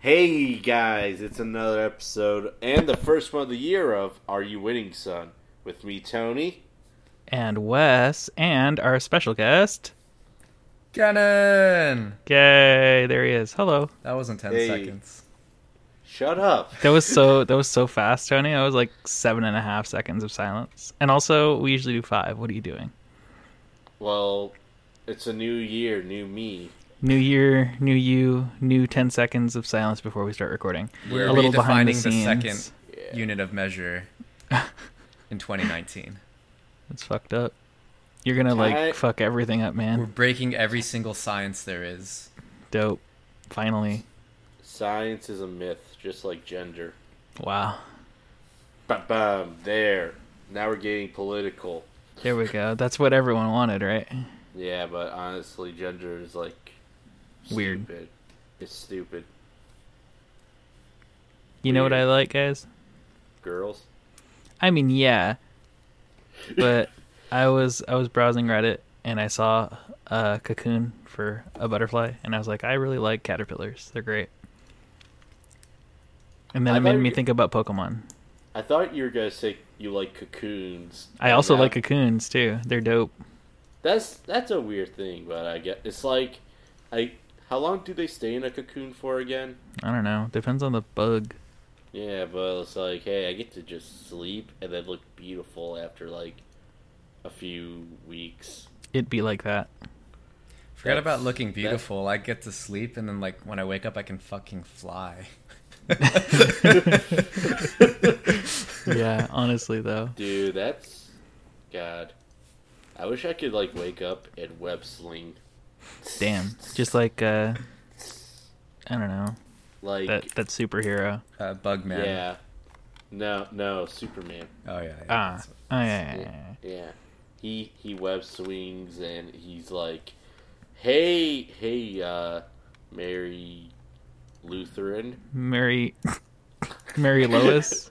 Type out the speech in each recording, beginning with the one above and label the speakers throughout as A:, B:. A: Hey guys, it's another episode and the first one of the year of Are You Winning, Son? With me, Tony.
B: and Wes and our special guest.
C: Gannon!
B: Yay, there he is. Hello.
C: That wasn't 10
A: Hey.
C: seconds.
A: Shut up.
B: That was so that was so fast, Tony. That was like seven and a half seconds of silence. And also we usually do five. What are you doing?
A: Well, it's a new year, new me.
B: New year, new you, new ten seconds of silence before we start recording.
C: We're
B: a little behind the
C: redefining the,
B: scenes.
C: second
A: Yeah.
C: unit of measure in 2019.
B: It's fucked up. You're gonna like
A: Alright.
B: fuck everything up, man.
C: We're breaking every single science there is.
B: Dope. Finally.
A: Science is a myth, just like gender.
B: Wow.
A: Bam, bam, there. Now we're getting political.
B: There we go. That's what everyone wanted, right?
A: Yeah, but honestly, gender is like.
B: Weird.
A: Stupid. It's stupid.
B: You know what
A: Weird.
B: I like, guys?
A: Girls?
B: I mean, yeah, but I was I was browsing Reddit and I saw a cocoon for a butterfly, and I was like, I really like caterpillars; they're great. And then
A: I
B: it made
A: thought
B: me
A: you-
B: think about Pokemon.
A: I thought you were going to say you like cocoons.
B: I also
A: Oh, Yeah.
B: like cocoons too; they're dope.
A: That's that's a weird thing, but I get it's like, I how long do they stay in a cocoon for again?
B: I don't know; depends on the bug.
A: Yeah, but it's like, hey, I get to just sleep and then look beautiful after like a few weeks.
B: It'd be like that.
C: Forget
A: That's-
C: about looking
A: that-
C: beautiful. I get to sleep, and then, like, when I wake up, I can fucking fly. Uh,
B: Yeah, honestly though,
A: Dude, that's God. I wish I could like wake up and web sling.
B: damn, just like uh, I don't know
A: Like
B: that that superhero.
C: Uh, bug man.
A: yeah. No, no, Superman.
C: Oh, yeah. yeah.
B: Ah,
C: That's-
B: oh, yeah, yeah, yeah.
A: Yeah. He he web swings and he's like, "Hey, hey uh Mary Lutheran.
B: Mary, Mary Lois.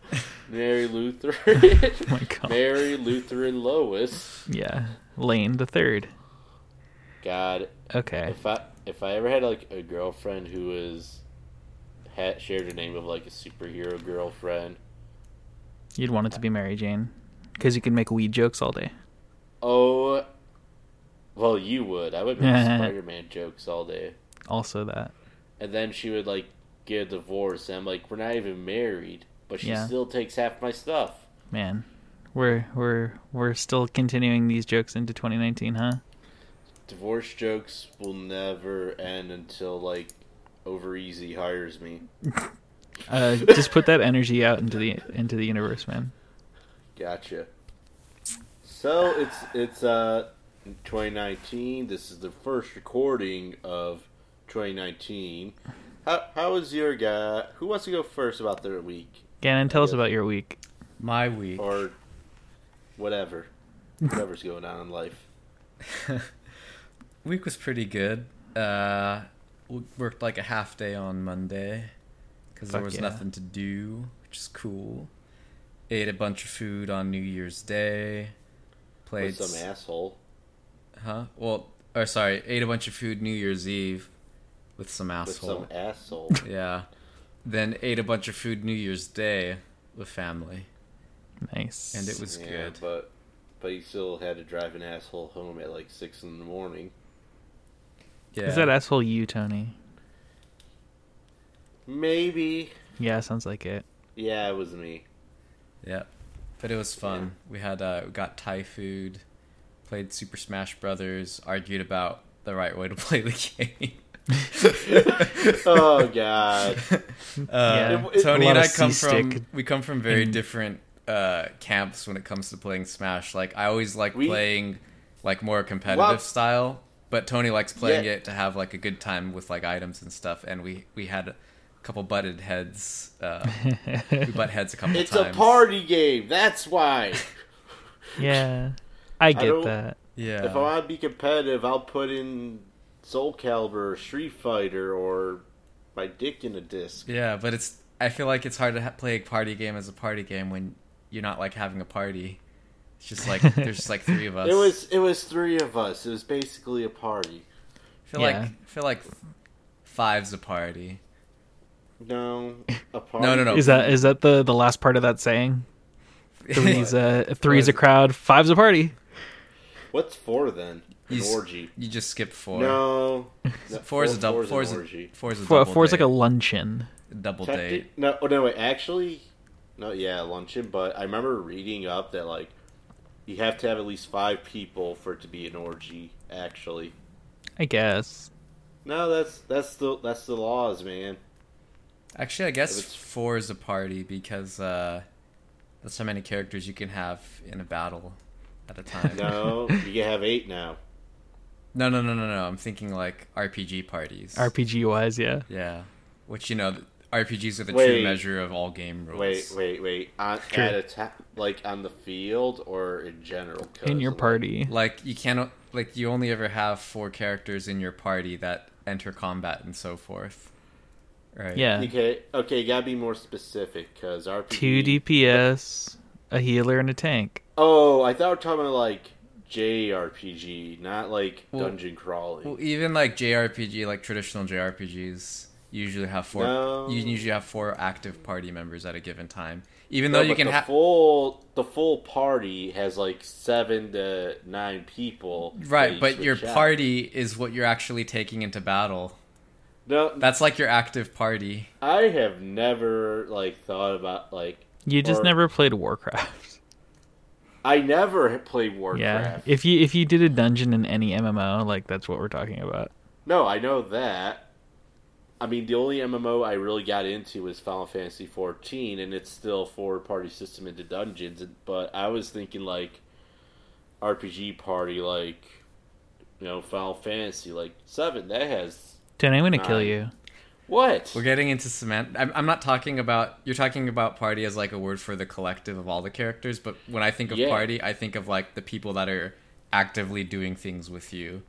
A: Mary Lutheran.
B: Oh my God.
A: Mary Lutheran Lois.
B: Yeah, Lane the third.
A: God,
B: Okay,
A: if I if I ever had like a girlfriend who was had shared the name of like a superhero girlfriend.
B: you'd want it to be Mary Jane, because you can make weed jokes all day.
A: Oh, well, you would. I would make Spider-Man jokes all day.
B: Also that.
A: and then she would like get a divorce and I'm like we're not even married but she
B: Yeah.
A: still takes half my stuff
B: Man, we're we're we're still continuing these jokes into 2019, huh?
A: divorce jokes will never end until like over easy hires me
B: Uh, just put that energy out into the into the universe, man.
A: gotcha so it's it's uh 2019 this is the first recording of 2019 how how is your guy who wants to go first about their week
B: Gannon, tell us about your week.
C: My week.
A: or whatever whatever's going on in life
C: week was pretty good. Uh, w- worked like a half day on Monday because there
B: Fuck
C: was
B: yeah.
C: nothing to do, which is cool. Ate a bunch of food on New Year's Day. Played,
A: with some
C: s-
A: asshole
C: huh? Well, or sorry, ate a bunch of food New Year's Eve with some
A: with
C: asshole.
A: some asshole
C: Yeah. Then ate a bunch of food New Year's Day with family,
B: Nice.
C: and it was
A: Yeah,
C: good.
A: but but he still had to drive an asshole home at like six in the morning.
C: Yeah.
B: Is that asshole you, Tony?
A: Maybe.
B: Yeah, sounds like it.
A: Yeah, it was me.
C: Yeah, but it was fun. We had uh, we got Thai food, played Super Smash Brothers, argued about the right way to play the game.
A: Oh god.
B: Yeah.
C: Uh,
A: It- it-
B: A
C: Tony
B: lot of
C: and I come
B: C-stick
C: from we come from very
B: in-
C: different uh, camps when it comes to playing Smash. Like I always like
A: We-
C: playing like more competitive
A: Well-
C: style, but Tony likes playing
A: Yeah.
C: it to have like a good time with like items and stuff. And we we had a couple butted heads. Uh, we butt heads a couple
A: it's
C: times.
A: a party game. That's why.
B: yeah, I get
A: don't-
B: that.
C: Yeah.
A: If I want to be competitive, I'll put in Soul Calibur, or Street Fighter, or my dick in a disc.
C: Yeah, but it's. I feel like it's hard to ha- play a party game as a party game when you're not like having a party. It's just like there's just like three of us.
A: It was it was three of us. It was basically a party.
C: I feel
B: Yeah.
C: like I feel like five's a party.
A: No. A party.
C: No, no, no.
B: Is that is that the the last part of that saying? Three's a three's a crowd, five's a party.
A: What's four then? An
C: you, s-
A: orgy.
C: you just skip four.
A: No. no,
C: Four is a double.
A: four's
C: Four is
A: an
C: a
A: orgy.
C: four is a
B: Four,
C: double
B: four's
C: date.
B: like a luncheon.
C: a double
A: Techni-
C: date.
A: No, oh, no, wait. Actually, no, yeah, luncheon. But I remember reading up that like you have to have at least five people for it to be an orgy. Actually,
B: I guess.
A: no, that's that's the that's the laws, man.
C: Actually, I guess
A: If it's-
C: four is a party because uh, that's how many characters you can have in a battle at a time.
A: No, you can have eight now.
C: no, no, no, no, no. I'm thinking like RPG parties.
B: RPG wise, yeah.
C: Yeah, which you know, th- RPGs are the
A: Wait.
C: true measure of all game rules.
A: Wait, wait, wait. On,
B: True.
A: at a ta- like on the field or in general? 'Cause,
B: In your
A: like,
B: party.
C: Like you cannot, like you only ever have four characters in your party that enter combat and so forth. Right.
B: Yeah.
A: Okay, okay, you gotta be more specific because RPG.
B: Two DPS, a healer and a tank.
A: Oh, I thought we were talking about like JRPG, not like
C: Well-
A: dungeon crawling.
C: Well, even like JRPG, like traditional JRPGs, usually have four.
A: No.
C: You usually have four active party members at a given time. Even
A: No,
C: though you
A: but
C: can
A: the
C: have
A: full the full party has like seven to nine people. that
C: right,
A: you
C: but your
A: switch out.
C: party is what you're actually taking into battle.
A: No,
C: That's like your active party.
A: I have never like thought about like
B: You just
A: Or-
B: never played Warcraft.
A: I never played Warcraft.
B: Yeah. If you if you did a dungeon in any MMO, like that's what we're talking about.
A: No, I know that. I mean, the only MMO I really got into was Final Fantasy 14, and it's still forward party system into dungeons. But I was thinking like RPG party, like you know Final Fantasy, like seven. That has
B: Dude, I'm gonna kill
A: Nine.
B: you.
A: what?
C: We're getting into cement. I'm, I'm not talking about. You're talking about party as like a word for the collective of all the characters. But when I think of
A: Yeah.
C: party, I think of like the people that are actively doing things with you.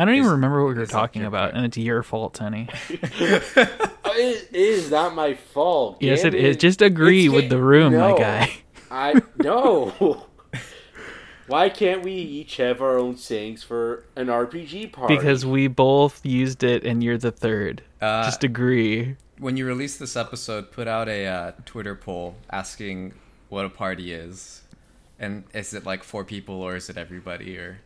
B: I don't even
C: Is-
B: remember what we were
C: is that
B: talking
C: your
B: about,
C: part?
B: and it's your fault, Tony.
A: Uh, It is not my fault.
B: yes,
A: damn
B: it is. Just
A: It's
B: agree
A: ca-
B: with the room,
A: no,
B: my guy.
A: I no. Why can't we each have our own sayings for an RPG party?
B: Because we both used it, and you're the third.
C: Uh,
B: just agree.
C: when you release this episode, put out a uh, Twitter poll asking what a party is, and is it like four people or is it everybody? Or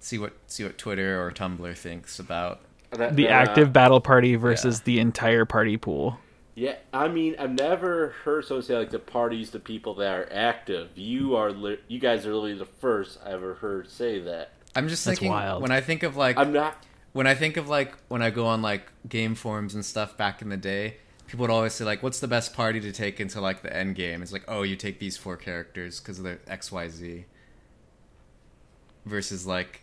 C: see what see what Twitter or Tumblr thinks about.
A: That-
B: The
A: that-
B: active battle party versus the entire party pool.
A: Yeah, I mean, I've never heard someone say like the parties, the people that are active. You are, li- you guys are literally the first I ever heard say that.
C: I'm just
B: That's
C: thinking
B: wild.
C: when I think of like
A: I'm not.
C: when I think of like when I go on like game forums and stuff back in the day. People would always say like, "What's the best party to take into like the end game?" It's like, "Oh, you take these four characters because they're X, Y, Z." Versus like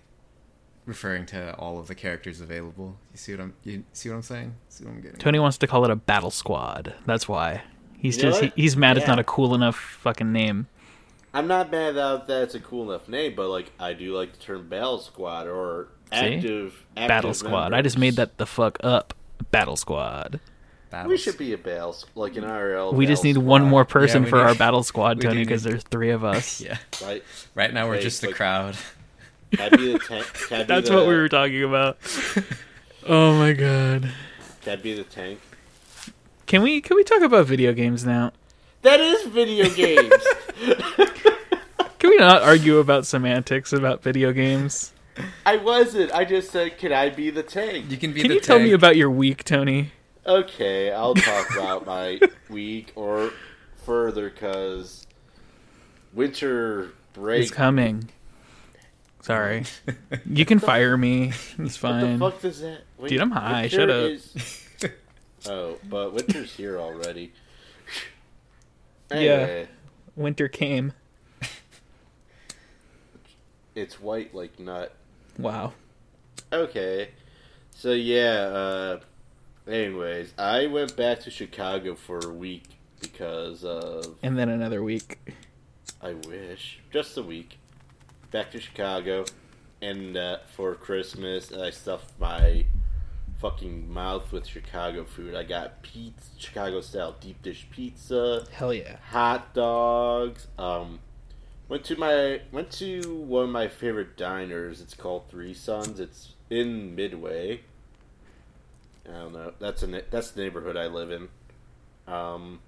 C: referring to all of the characters available. You see what I'm you see what I'm saying? See what I'm getting?
B: Tony wants to call it a battle squad. That's why he's
A: You know
B: just he,
A: what?
B: he's mad. It's
A: Yeah.
B: not a cool enough fucking name.
A: I'm not mad about that. It's a cool enough name, but like I do like the term battle squad or
B: See?
A: active, active
B: battle squad. I just made
A: members.
B: that the fuck up. Battle squad.
C: Battles.
A: We should be a battle s- like an IRL.
B: we just
A: battle
B: need one
A: squad,
B: more person
C: we
B: for
C: need-
B: our battle squad,
C: we
B: Tony,
C: do
B: because
C: need-
B: there's three of us.
C: Yeah.
A: Right?
C: Right now we're
A: Okay,
C: just a
A: like-
C: crowd.
A: Can I be the tank? Can I be
B: That's
A: the,
B: what we were talking about. oh my god.
A: Can I be the tank?
B: Can we can we talk about video games now?
A: That is video games.
B: Can we not argue about semantics about video games?
A: I wasn't. I just said, can I be the tank?
C: You can be
B: Can
C: the
B: you tell me
C: tank.
B: about your week, Tony?
A: Okay, I'll talk about my week or further because winter break.
B: It's coming. Sorry. You can fire me. It's
A: What the
B: fine.
A: fuck does that? Wait,
B: Dude, I'm high,
A: winter
B: shut up.
A: is- Oh, but winter's here already.
B: Yeah.
A: Anyway,
B: Winter came.
A: it's white like nut.
B: Wow.
A: Okay, so yeah. Uh, anyways, I went back to Chicago for a week because of
B: And then another week.
A: I wish. Just a week. Back to Chicago. And uh, for Christmas, I stuffed my fucking mouth with Chicago food. I got pizza, Chicago style deep dish pizza,
B: Hell yeah.
A: hot dogs. Um, went to my went to one of my favorite diners. It's called Three Sons. It's in Midway. I don't know. That's a ne- that's the neighborhood I live in. Um,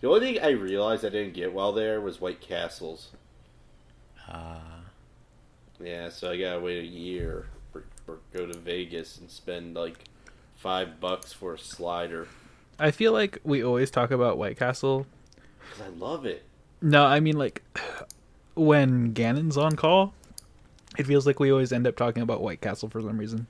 A: the only thing I realized I didn't get while there was White Castles.
B: Ah.
C: Uh,
A: Yeah, so I gotta wait a year or, or go to Vegas and spend like five bucks for a slider
B: I feel like we always talk about White Castle.
A: because I love it.
B: No, I mean like when Ganon's on call, it feels like we always end up talking about White Castle for some reason.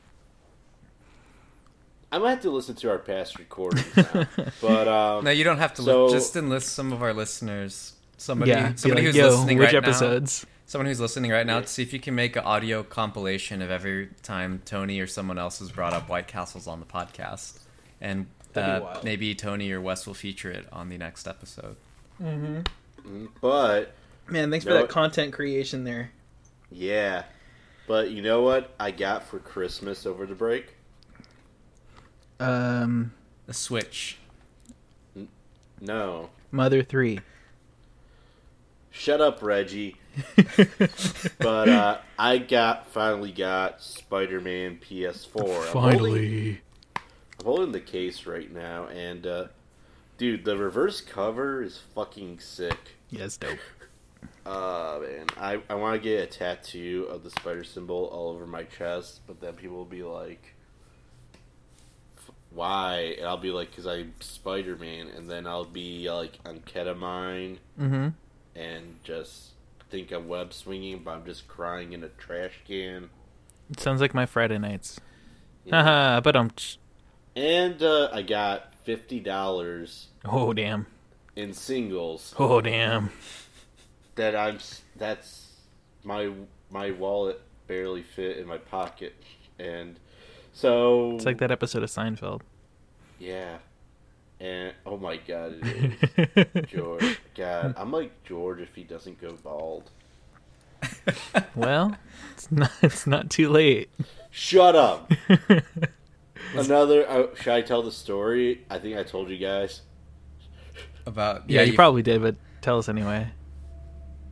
A: I might have to listen to our past recordings now, but um,
C: no, you don't have to.
A: So-
C: li- just enlist some of our listeners. Somebody,
B: yeah, be
C: somebody
B: like,
C: who's
B: "Yo,
C: listening
B: which
C: right now.
B: episodes?
C: Someone who's listening right now to see if you can make an audio compilation of every time Tony or someone else has brought up White Castles on the podcast, and
B: That'd be
C: uh,
B: wild.
C: maybe Tony or Wes will feature it on the next episode.
A: but
B: Mm-hmm. Man, thanks
A: for No. that
B: content creation there.
A: yeah, but you know what I got for Christmas over the break?
B: Um,
C: The Switch.
A: No,
B: Mother Three.
A: shut up, Reggie. But uh, I got finally got Spider Man PS4. I'm holding- I'm holding the case right now, and uh, dude, the reverse cover is fucking sick.
B: yeah, it's dope.
A: Uh, man, I, I want to get a tattoo of the spider symbol all over my chest, but then people will be like, "F- "Why?" And I'll be like, "Cause I'm Spider Man," and then I'll be like on ketamine
B: Mm-hmm.
A: and just think I'm web swinging, but I'm just crying in a trash can.
B: It sounds like my Friday nights.
A: you know?
B: Haha, but I'm.
A: and uh, I got fifty dollars
B: Oh damn.
A: in singles.
B: Oh damn.
A: that I'm s- that's my my wallet barely fit in my pocket, and so
B: It's like that episode of Seinfeld.
A: Yeah, and oh my god, it is. George. God, I'm like George if he doesn't go bald.
B: well, it's not. It's not too late.
A: Shut up. Another. Uh, should I tell the story? I think I told you guys.
C: About
B: Yeah, you
C: you-
B: probably did, but tell us anyway.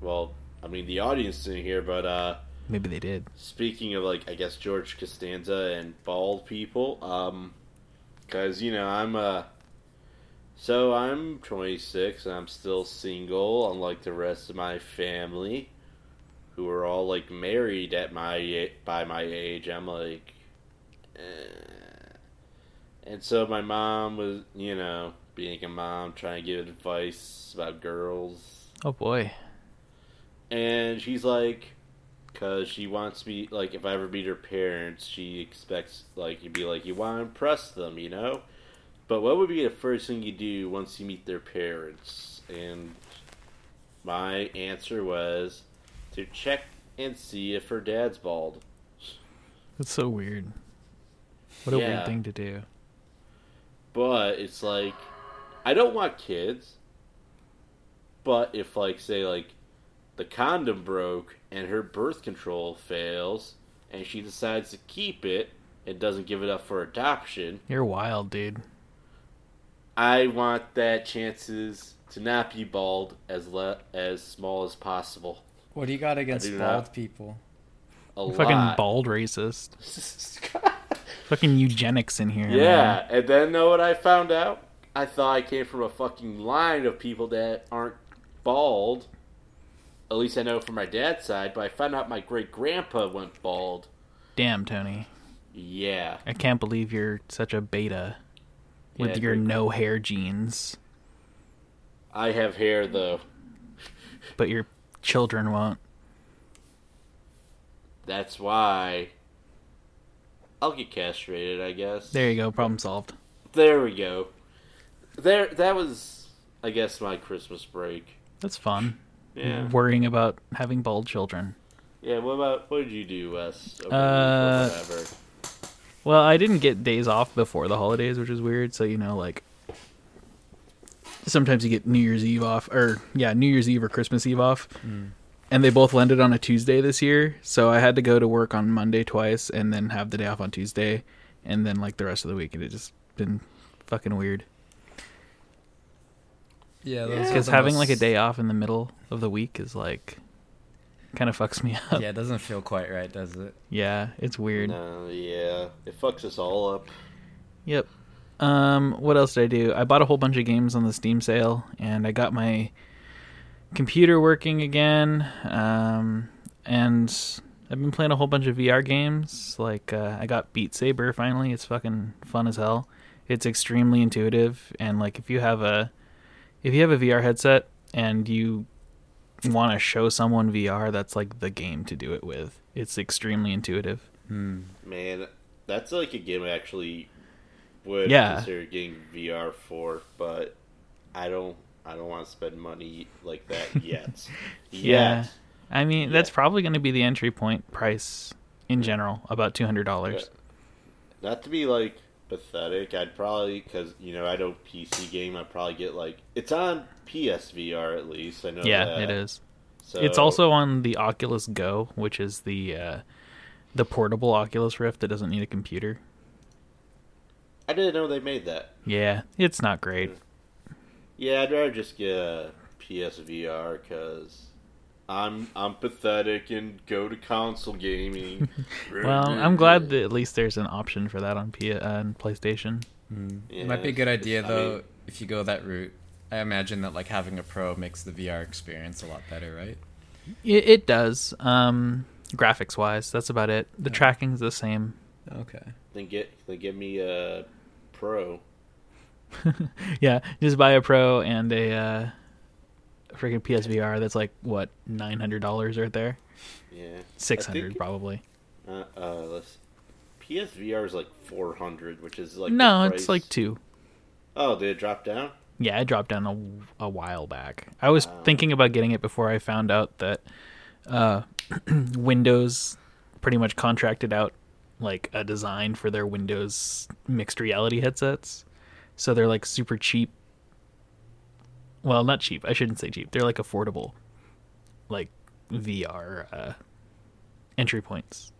A: Well, I mean the audience didn't hear, but uh,
B: Maybe they did.
A: speaking of like I guess George Costanza and bald people, um, because you know I'm uh, so I'm 26 and I'm still single, unlike the rest of my family, who are all like married at my a- by my age. I'm like, eh. and so my mom was you know being a mom trying to give advice about girls
B: Oh boy.
A: and she's like because she wants me like if i ever meet her parents she expects like you'd be like you want to impress them you know but what would be the first thing you do once you meet their parents and my answer was to check and see if her dad's bald
B: That's so weird. What a
A: Yeah.
B: weird thing to do.
A: but it's like i don't want kids but if like say like the condom broke and her birth control fails and she decides to keep it and doesn't give it up for adoption
B: You're wild, dude.
A: i want that chances to not be bald as le- as small as possible
C: What do you got against
A: do
C: bald
A: not.
C: people?
A: a
B: You're fucking
A: lot
B: bald racist. Fucking eugenics in here. man.
A: yeah and then know what i found out i thought i came from a fucking line of people that aren't bald at least i know from my dad's side but i found out my great grandpa went bald
B: Damn, Tony.
A: yeah
B: I can't believe you're such a beta with
A: Yeah,
B: your
A: great-
B: no hair jeans,
A: i have hair though
B: but your children won't.
A: That's why I'll get castrated, I guess.
B: There you go. Problem solved.
A: There we go. There that was I guess my Christmas break.
B: That's fun.
A: Yeah.
B: Worrying about having bald children.
A: Yeah, what about what did you do, Wes? Over
B: Uh,
A: the week or whatever.
B: Well, I didn't get days off before the holidays, which is weird. So, you know, like sometimes you get New Year's Eve off, or yeah, New Year's Eve or Christmas Eve off. And they both landed on a Tuesday this year. So I had to go to work on Monday twice and then have the day off on Tuesday and then like the rest of the week. And it just been fucking weird.
C: Yeah,
B: Because having like a day off in the middle of the week is like kind of fucks me up.
C: Yeah, it doesn't feel quite right, does it?
B: Yeah, it's weird.
A: No, yeah. It fucks us all up.
B: Yep. Um, what else did I do? I bought a whole bunch of games on the Steam sale, and I got my computer working again. Um, and I've been playing a whole bunch of VR games. Like uh, I got Beat Saber finally. It's fucking fun as hell. It's extremely intuitive, and like if you have a if you have a VR headset and you want to show someone VR, that's like the game to do it with. It's extremely intuitive.
C: Hmm.
A: Man, that's like a game I actually would
B: Yeah.
A: consider getting VR for, but I don't. I don't want to spend money like that yet.
B: Yeah.
A: Yet.
B: I mean, that's
A: Yeah.
B: probably going to be the entry point price in general, about two hundred dollars.
A: Not to be like pathetic, I'd probably because you know I don't PC game. I would probably get like it's on PSVR at least. I know.
B: Yeah,
A: that.
B: it is.
A: So,
B: It's also on the Oculus Go, which is the uh, the portable Oculus Rift that doesn't need a computer.
A: I didn't know they made that.
B: Yeah, it's not great.
A: Yeah, I'd rather just get a PSVR because I'm I'm pathetic and go to console gaming.
B: Well,
A: Mm,
B: I'm glad that at least there's an option for that on P- uh, on PlayStation.
A: Yeah,
C: It might be a good
A: it's-
C: idea
A: I
C: though
A: mean,
C: if you go that route. I imagine that like having a pro makes the VR experience a lot better, right?
B: It, it does. Um, graphics wise, that's about it. The tracking's the same.
C: Okay.
A: then get then give me a pro.
B: Yeah, just buy a Pro and a uh, freaking PSVR. That's like what nine hundred dollars right there.
A: Yeah,
B: Six
A: I
B: hundred
A: think-
B: probably.
A: Uh, uh, let's. PSVR is like four hundred, which is like the
B: No, it's
A: price-
B: like two.
A: Oh, did it drop down?
B: Yeah, I dropped down a, a while back. I was thinking about getting it before I found out that uh, Windows pretty much contracted out like a design for their Windows mixed reality headsets. So they're like super cheap. Well, not cheap. I shouldn't say cheap. They're like affordable, like VR uh, entry points.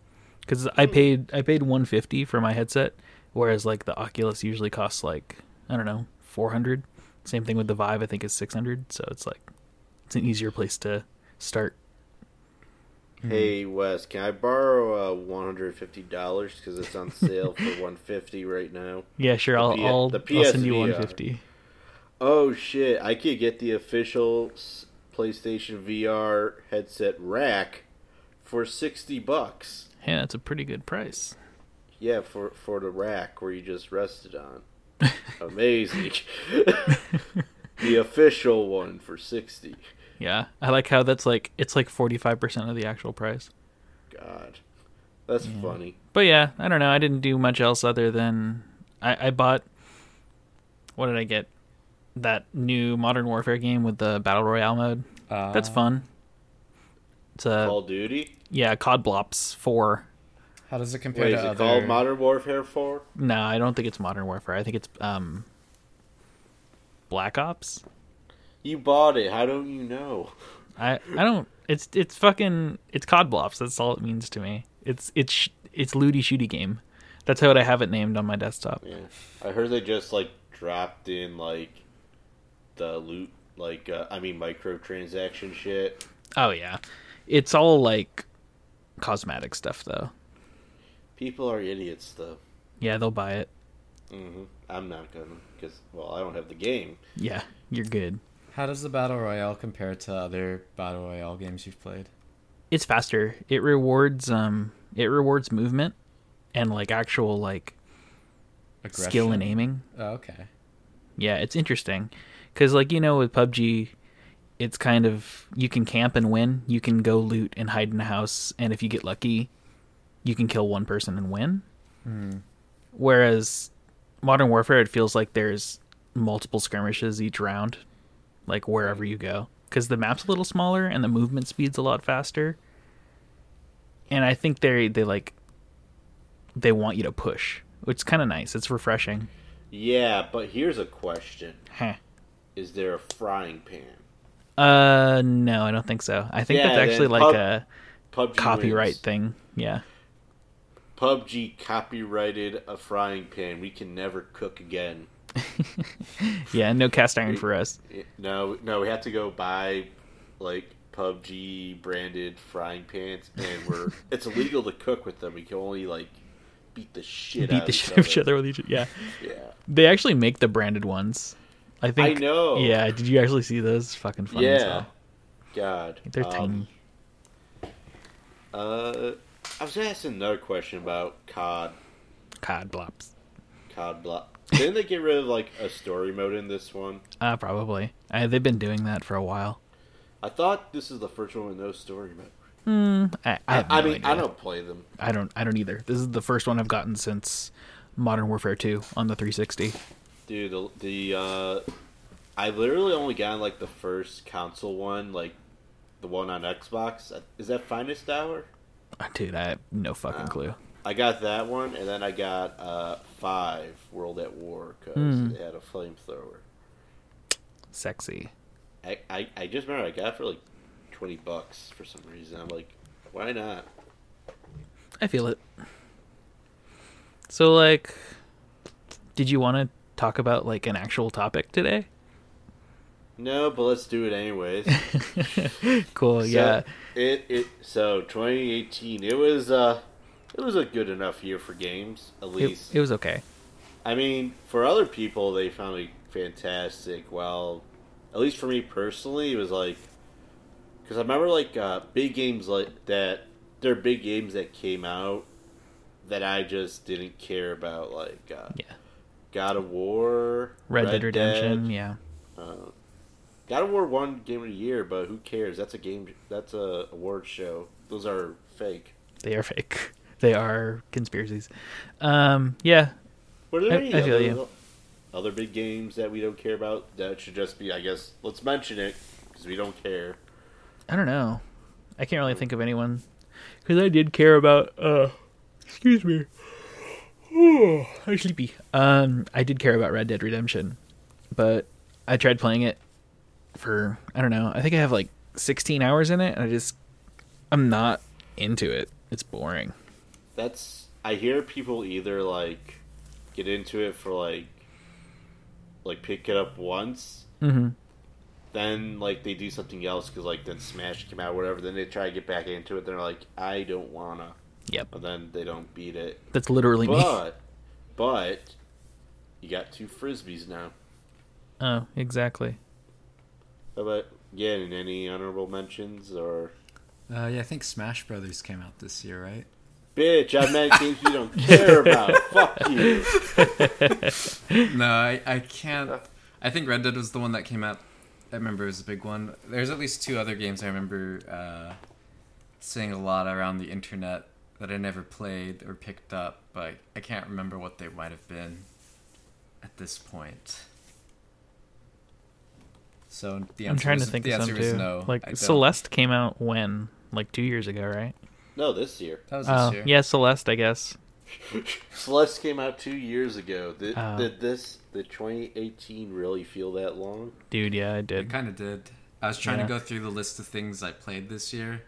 B: Because I paid I paid one fifty for my headset, whereas like the Oculus usually costs like I don't know four hundred. Same thing with the Vive. I think is six hundred. So it's like it's an easier place to start. Hmm.
A: Hey Wes, can I borrow uh, one hundred fifty dollars because it's on sale for one fifty right now?
B: Yeah, sure. I'll,
A: P- uh,
B: I'll,
A: the
B: I'll send you
A: PSVR.
B: one fifty.
A: Oh shit! I could get the official s- PlayStation VR headset rack for sixty bucks.
B: Hey, that's a pretty good price.
A: Yeah, for for the rack where you just rested on. Amazing. the official one for sixty.
B: Yeah, I like how that's like it's like forty five percent of the actual price.
A: God, that's funny.
B: But yeah, I don't know. I didn't do much else other than I, I bought. What did I get? That new Modern Warfare game with the battle royale mode.
C: Uh,
B: That's fun. It's a
A: Call of Duty.
B: yeah, COD Blops four.
C: How does it compare
A: Wait,
C: to
A: is it
C: other?
A: called Modern Warfare Four?
B: No, I don't think it's Modern Warfare. I think it's um, Black Ops.
A: You bought it. How don't you know?
B: I I don't. It's it's fucking it's COD Blops. That's all it means to me. It's it's sh- it's looty shooty game. That's how I have it named on my desktop.
A: Yeah, I heard they just like dropped in like the loot, like uh, I mean microtransaction shit.
B: Oh yeah, it's all like cosmetic stuff though.
A: People are idiots though.
B: Yeah, they'll buy it.
A: hmm I'm not gonna because well, I don't have the game.
B: Yeah, you're good.
C: How does the battle royale compare to other battle royale games you've played?
B: It's faster. It rewards um it rewards movement and like actual like skill and
C: Aggression?
B: aiming.
C: Oh, okay.
B: Yeah, it's interesting because like you know with PUBG, it's kind of you can camp and win. You can go loot and hide in a house, and if you get lucky, you can kill one person and win. Whereas Modern Warfare, it feels like there's multiple skirmishes each round, like wherever you go, because the map's a little smaller and the movement speed's a lot faster. And I think they they like they want you to push. It's kind of nice. It's refreshing.
A: Yeah, but here's a question:
B: Huh.
A: Is there a frying pan?
B: Uh, no, I don't think so. I think
A: Yeah,
B: that's actually
A: then
B: like
A: pub-
B: a
A: PUBG
B: copyright
A: wins.
B: thing. Yeah.
A: PUBG copyrighted a frying pan. We can never cook again.
B: Yeah, no cast iron for us.
A: It- No, no, we have to go buy like PUBG branded frying pans, and we're it's illegal to cook with them. We can only like beat the shit
B: beat
A: out
B: the shit out of each other with each. Yeah,
A: Yeah.
B: they actually make the branded ones. I think.
A: know.
B: Yeah, did you actually see those? Fucking fun. as
A: Yeah.
B: hell.
A: God.
B: they're
A: Um,
B: tiny.
A: Uh, I was asked another question about COD.
B: Cod blops.
A: COD block. Didn't they get rid of like a story mode in this one?
B: Uh, probably. Uh, they've been doing that for a while.
A: I thought this is the first one with no story mode.
B: Hmm, I, I,
A: I,
B: have no
A: I mean,
B: idea.
A: I don't play them.
B: I don't. I don't either. This is the first one I've gotten since Modern Warfare 2 on the 360.
A: Dude, the, the uh, I literally only got like the first console one, like the one on Xbox. Uh, Is that Finest Hour?
B: Dude, I have no fucking clue.
A: I got that one, and then I got uh, five World at War because
B: Hmm.
A: it had a flamethrower.
B: Sexy.
A: I, I, I just remember I got it for like twenty bucks for some reason. I'm like, why not?
B: I feel it. So, like, did you want to talk about like an actual topic today?
A: No, but let's do it anyways.
B: cool.
A: So,
B: yeah.
A: It it so 2018. It was uh, it was a good enough year for games. At
B: It,
A: least
B: it was okay.
A: I mean, for other people, they found it fantastic. While at least for me personally, it was like because I remember like uh, big games like that. There are big games that came out that I just didn't care about, like uh,
B: Yeah.
A: God of War,
B: Red, Dead Redemption.
A: Dead.
B: Yeah.
A: Uh, God of War won Game of the Year, but who cares? That's a game. That's a award show. Those are fake.
B: They are fake. They are conspiracies. Um. Yeah.
A: Were there
B: I-
A: any
B: I feel
A: other,
B: you.
A: other big games that we don't care about that should just be? I guess let's mention it because we don't care.
B: I don't know. I can't really think of anyone because I did care about. uh Excuse me. Oh, I'm sleepy. Um, I did care about Red Dead Redemption, but I tried playing it for I don't know. I think I have like 16 hours in it, and I just I'm not into it. It's boring.
A: That's I hear people either like get into it for like like pick it up once,
B: Mm-hmm.
A: then like they do something else because like then Smash came out or whatever. Then they try to get back into it. They're like, I don't wanna,
B: Yep,
A: but then they don't beat it.
B: that's literally me.
A: But but you got two frisbees now.
B: Oh, exactly.
A: How about yeah? And any honorable mentions or?
C: Uh, yeah, I think Smash Brothers came out this year, right?
A: Bitch, I meant games you don't care about. Fuck you.
C: No, I, I can't. I think Red Dead was the one that came out. I remember it was a big one. There's at least two other games I remember uh, seeing a lot around the internet that I never played or picked up, but I can't remember what they might have been at this point. So the answer
B: I'm trying
C: is,
B: to think
C: the
B: of some
C: answer is
B: too.
C: no. I
B: like
C: don't.
B: Celeste came out when like two years ago, right?
A: No, this year.
C: That was this
B: Oh,
C: year.
B: yeah, Celeste. I guess.
A: Celeste came out two years ago. Did,
B: Oh.
A: did this, the 2018, really feel that long?
B: Dude, yeah, I
C: I
B: did.
C: kind of did. I was trying
B: Mm-hmm. Yeah.
C: to go through the list of things I played this year,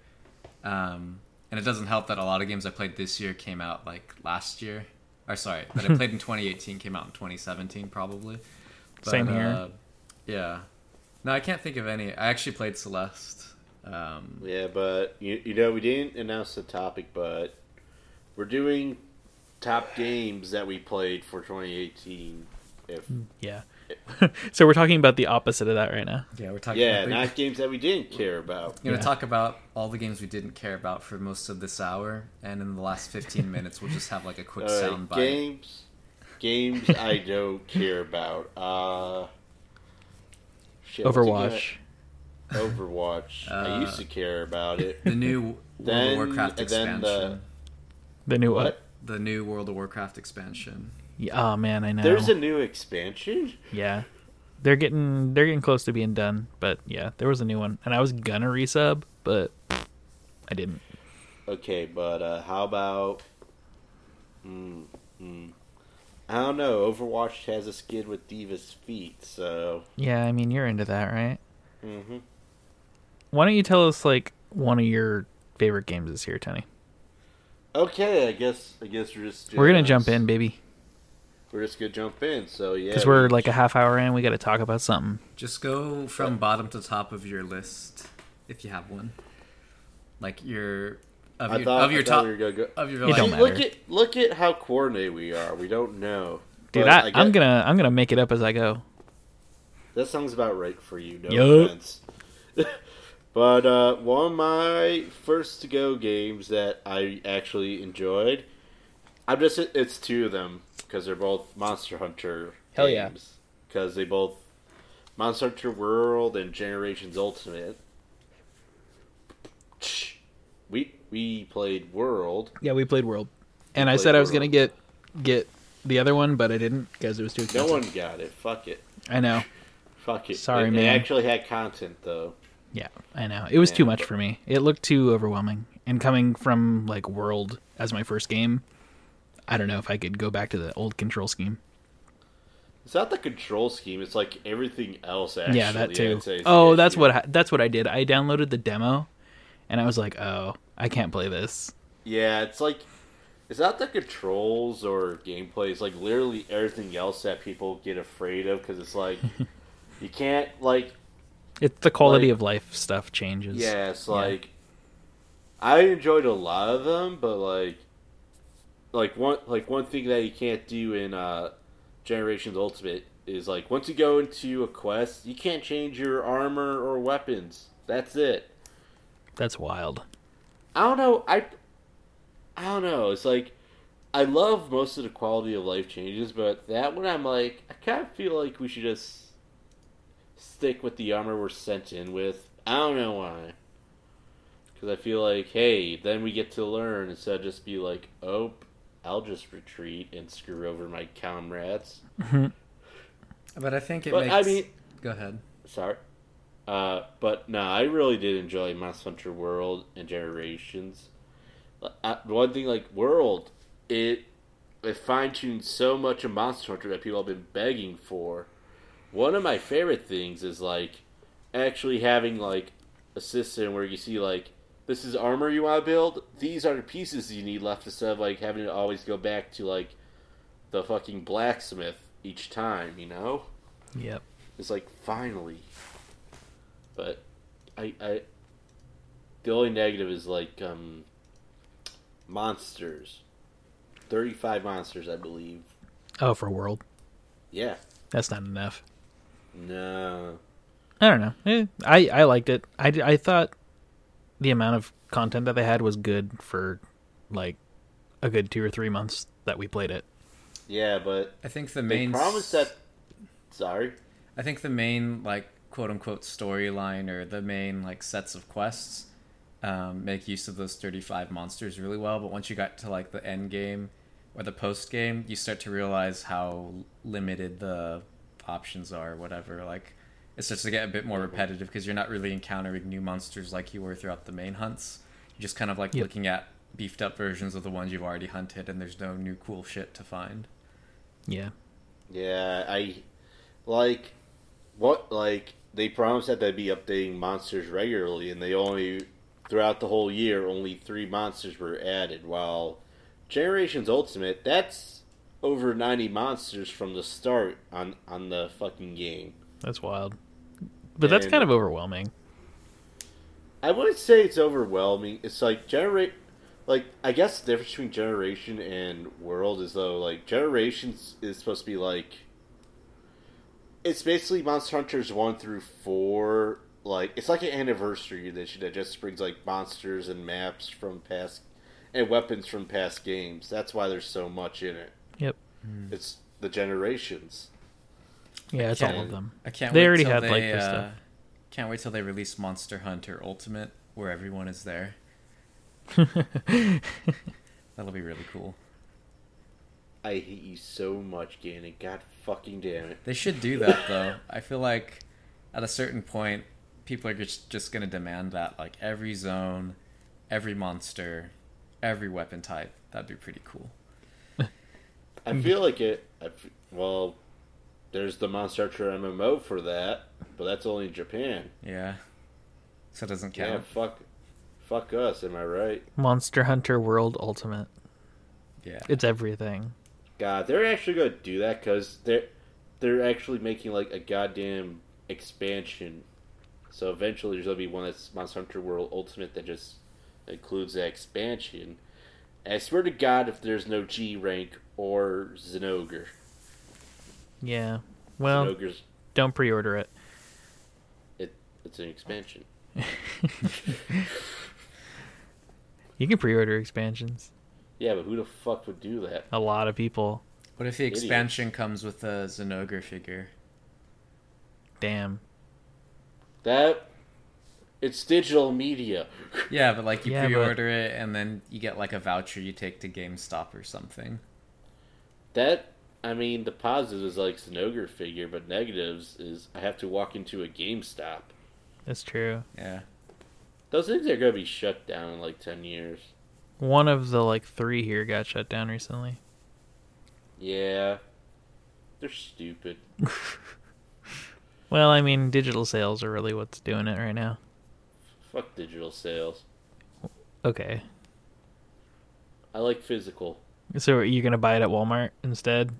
C: um, and it doesn't help that a lot of games I played this year came out like last year, or sorry, that I played in 2018 came out in 2017 probably. uh,
B: Same here.
C: yeah. No, I can't think of any. I actually played Celeste. Um,
A: Yeah, but you, you know, we didn't announce the topic, but we're doing top games that we played for 2018. If
B: Yeah. so we're talking about the opposite of that right now.
C: yeah, we're talking.
A: Yeah,
C: about,
A: not games that we didn't care about.
C: We're
B: Yeah.
C: gonna talk about all the games we didn't care about for most of this hour, and in the last 15 minutes, we'll just have like a quick
A: All right,
C: sound bite.
A: games, games I don't care about. Uh, shit, what's a
B: Overwatch.
A: good- Overwatch. I
C: Uh,
A: used to care about it.
C: The new World
A: Then-
C: of Warcraft
A: and then
C: expansion.
A: the-
B: The new what?
A: What?
C: the new World of Warcraft expansion.
B: Yeah, Oh man, I know.
A: There's a new expansion.
B: yeah. They're getting they're getting close to being done, but yeah, there was a new one, and I was gonna resub, but I didn't.
A: Okay, but uh, how about? Mm, mm. I don't know. Overwatch has a skid with Diva's feet, so
B: Yeah, I mean you're into that, right?
A: hmm
B: Why don't you tell us like one of your favorite games this year, Tony?
A: okay. I guess I guess we're just
B: We're gonna
A: doing
B: jump
A: this.
B: in, baby,
A: We're just gonna jump in. So yeah,
B: because
A: we-
B: we're like a half hour in. We got to talk about something.
C: Just go from bottom to top of your list if you have one. Like your of
A: I
C: your
A: thought-
C: of your
A: I thought
C: top
A: we were gonna go-
C: of your
B: It
C: like,
B: don't
A: See,
B: matter.
A: Look at look at how coordinated we are. We don't know.
B: Dude,
A: But
B: I, I am
A: get-
B: gonna I'm gonna make it up as I go.
A: That sounds about right for you. No
B: Yup.
A: offense. but uh, one of my first to go games that I actually enjoyed. I'm just it's two of them because they're both Monster Hunter.
B: Hell yeah.
A: Because they both Monster Hunter World and Generations Ultimate. We we played World.
B: Yeah, we played World, and I
A: played
B: said I was
A: World.
B: gonna get get the other one, but I didn't because it was too
A: No
B: expensive.
A: one got it. Fuck it.
B: I know.
A: Fuck it.
B: Sorry,
A: it, It
B: man.
A: actually had content though.
B: Yeah, I know. It was too
A: Yeah,
B: much
A: but-
B: for me. It looked too overwhelming. And coming from like World as my first game, I don't know if I could go back to the old control scheme.
A: It's not the control scheme. It's like everything else. Actually,
B: yeah, that
A: I'd say
B: too.
A: is the
B: Oh, that's
A: issue.
B: what I, that's what I did. I downloaded the demo, and I was like, oh, I can't play this.
A: Yeah, it's like it's not the controls or gameplay. It's like literally everything else that people get afraid of because it's like you can't like
B: It's the quality
A: Like-
B: of life stuff changes.
A: Yeah, it's like I enjoyed a lot of them, but like like one like one thing that you can't do in uh Generations Ultimate is like once you go into a quest, you can't change your armor or weapons. That's it.
B: that's wild.
A: I don't know. I I don't know. It's like I love most of the quality of life changes, but that one I'm like I kind of feel like we should just stick with the armor we're sent in with. I don't know why. Because I feel like hey, then we get to learn instead of just be like, oh, I'll just retreat and screw over my comrades.
C: But I think it
A: But,
C: makes.
A: I mean-
C: go ahead.
A: Sorry. Uh, but no, I really did enjoy Monster Hunter World and Generations. Uh, one thing like World, it it fine tuned so much of Monster Hunter that people have been begging for. One of my favorite things is like actually having like a system where you see like this is armor you want to build. These are the pieces you need left instead of like having to always go back to like the fucking blacksmith each time. You know.
B: Yep.
A: It's like finally. But I I the only negative is like um monsters. 35 monsters, I believe.
B: Oh, for World,
A: Yeah.
B: that's not enough.
A: No.
B: I don't know. Eh, I I liked it. I d- I thought the amount of content that they had was good for like a good two or three months that we played it.
A: Yeah, but
C: I think the
A: they
C: main.
A: promised that sorry.
C: I think the main like quote unquote storyline or the main like sets of quests um, make use of those thirty five monsters really well. But once you got to like the end game or the post game, you start to realize how limited the options are. Or whatever, like it starts to get a bit more repetitive because you're not really encountering new monsters like you were throughout the main hunts. You're just kind of like
B: Yep.
C: looking at beefed up versions of the ones you've already hunted, and there's no new cool shit to find.
B: Yeah.
A: Yeah, I like what like they promised that they'd be updating monsters regularly, and they only throughout the whole year only three monsters were added. While Generations Ultimate, that's over ninety monsters from the start on on the fucking game.
B: That's wild. But that's
A: And-
B: kind of overwhelming.
A: I wouldn't say it's overwhelming. It's like generate, like I guess the difference between generation and world is though like generations is supposed to be like. It's basically Monster Hunters one through four. Like it's like an anniversary edition that just brings like monsters and maps from past and weapons from past games. That's why there's so much in it.
B: Yep.
A: It's the generations.
B: Yeah, it's all
A: can't-
B: of them.
C: I can't.
B: They
C: wait
B: already
C: till
B: had,
C: they,
B: like, this
C: uh,
B: stuff.
C: Can't wait till they release Monster Hunter Ultimate, where everyone is there. That'll be really cool.
A: I hate you so much, Ganon. God fucking damn it.
C: They should do that though. I feel like at a certain point, people are just just gonna demand that, like every zone, every monster, every weapon type. That'd be pretty cool.
A: I feel like it. I f well, there's the Monster Hunter MMO for that, but that's only in Japan.
C: Yeah. So it doesn't
A: Yeah,
C: count.
A: fuck, fuck us. Am I right?
B: Monster Hunter World Ultimate.
C: Yeah.
B: It's everything.
A: God, they're actually gonna do that because they're they're actually making like a goddamn expansion. So eventually, there's gonna be one that's Monster Hunter World Ultimate that just that includes the expansion. I swear to God, if there's no G rank or Zenogre,
B: Yeah. Well,
A: Zenogre's
B: don't pre-order it.
A: it, it's an expansion.
B: You can pre-order expansions.
A: Yeah, but who the fuck would do that?
B: A lot of people.
C: What if the
A: Idiot.
C: expansion comes with a Zenogre figure?
B: Damn.
A: That it's digital media.
C: Yeah, but like you
B: Yeah, but-
C: pre-order it and then you get like a voucher you take to GameStop or something.
A: That I mean, the positive is like Zenogre figure, but negatives is I have to walk into a GameStop.
B: That's true.
C: Yeah.
A: Those things are gonna be shut down in like ten years.
B: One of the like three here got shut down recently.
A: Yeah, they're stupid.
B: Well, I mean, digital sales are really what's doing it right now.
A: Fuck digital sales.
B: Okay.
A: I like physical.
B: So are you gonna buy it at Walmart instead?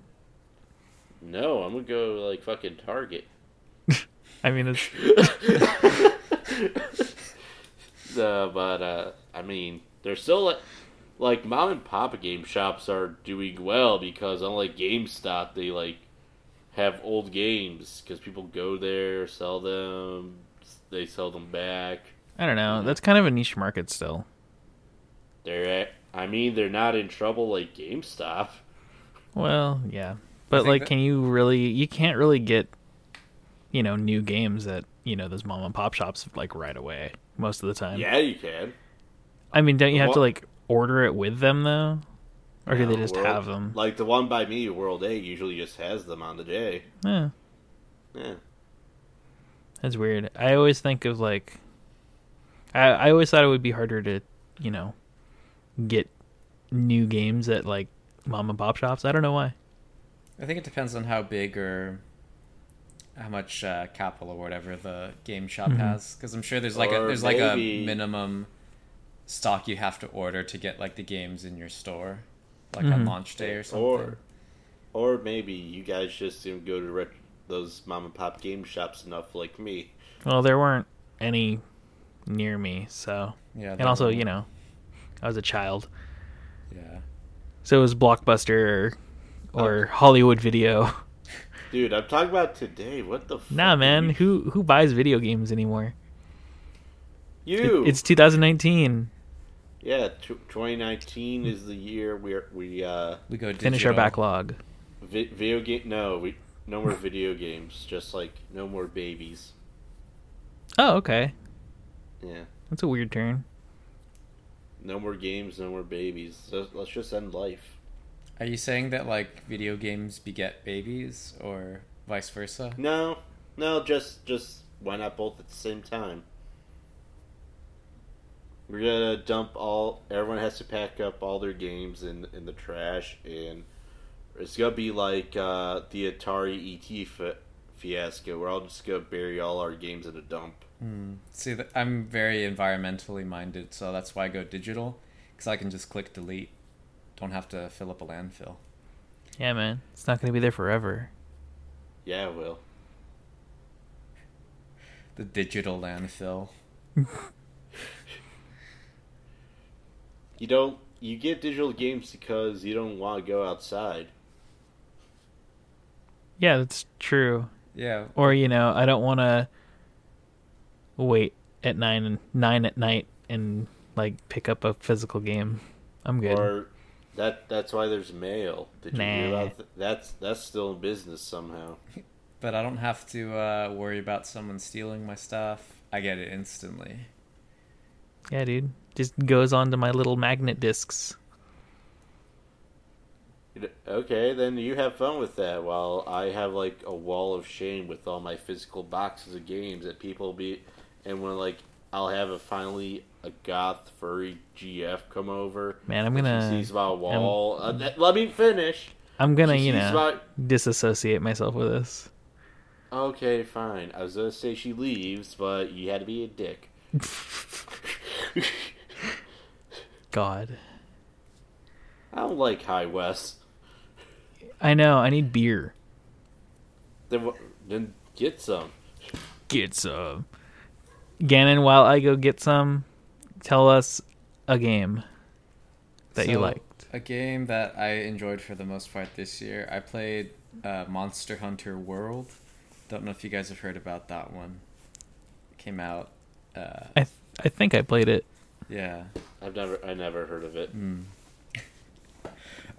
A: No, I'm gonna go like fucking Target.
B: I mean, it's
A: Uh, but uh, I mean, they're still like, like mom and pop game shops are doing well because unlike GameStop, they like have old games because people go there, sell them, they sell them back.
B: I don't know. That's kind of a niche market still.
A: They're at, I mean, they're not in trouble like GameStop.
B: Well, yeah, but
C: think
B: like,
C: that-
B: can you really? You can't really get, you know, new games at you know those mom and pop shops like right away most of the time.
A: Yeah, you can.
B: I mean, don't you have to
A: Well-
B: like order it with them though, or do they just
A: Uh, World-
B: have them?
A: Like the one by me, World A, usually just has them on the day.
B: Eh,
A: Yeah.
B: that's weird. I always think of like, I I always thought it would be harder to you know get new games at like mom and pop shops. I don't know why.
C: I think it depends on how big or how much uh, capital or whatever the game shop
B: Mm-hmm.
C: has, because I'm sure there's like a
A: Or
C: there's like a
A: maybe-
C: minimum stock you have to order to get like the games in your store, like
B: Mm-hmm.
C: on launch day or something.
A: Or, or maybe you guys just didn't go to ret- those mom and pop game shops enough, like me.
B: Well, there weren't any near me, so
C: yeah,
B: and also you know, I was a child.
C: yeah,
B: So it was Blockbuster or, or Hollywood Video.
A: Dude, I'm talking about today. What the? fuck
B: Nah,
A: are
B: man,
A: we-
B: who who buys video games anymore? It-
A: you?
B: it's 2019.
A: yeah. T- 2019 is the year where we uh
C: we go
B: Finish our
C: digital.
B: backlog.
A: vi- video game. No, we no more video games. Just like no more babies.
B: Oh, okay.
A: Yeah.
B: That's a weird turn.
A: No more games. No more babies. So let's just end life.
C: Are you saying that like video games beget babies or vice versa?
A: No, no, just just why not both at the same time? We're gonna dump all. Everyone has to pack up all their games in in the trash, and it's gonna be like uh, the Atari ET fi- fiasco. We're all just gonna bury all our games in a dump.
C: See, th- I'm very environmentally minded, so that's why I go digital, because I can just click delete, don't have to fill up a landfill.
B: Yeah, man. It's not going to be there forever.
A: Yeah, well,
C: The digital landfill.
A: you don't. You get digital games because you don't want to go outside.
B: Yeah, that's true.
C: Yeah,
B: Or you know, I don't want to wait at nine and nine at night and like pick up a physical game. I'm good.
A: Or that that's why there's mail. Did you hear
B: Nah.
A: about th- that's that's still in business somehow.
C: but I don't have to uh, worry about someone stealing my stuff. I get it instantly.
B: Yeah, dude. Just goes onto my little magnet discs.
A: You know, Okay, then you have fun with that. While I have like a wall of shame with all my physical boxes of games that people be, and when like I'll have a finally a goth furry GF come over.
B: Man, I'm
A: and
B: gonna-
A: She sees my wall. Uh, that- let me finish.
B: I'm gonna,
A: She
B: you
A: sees
B: know, disassociate myself with this.
A: my- okay, fine. I was gonna say she leaves, but you had to be a dick.
B: God.
A: I don't like High West.
B: I know. I need beer.
A: Then wha- then get some.
B: Get some. Gannon, while I go get some, tell us
D: a game that you
C: So,
D: liked?
C: A game that I enjoyed for the most part this year. I played uh, Monster Hunter World. Don't know if you guys have heard about that one. Came out. Uh,
D: I th- I think I played it.
C: yeah.
A: I've never, I never heard of it.
B: Mm.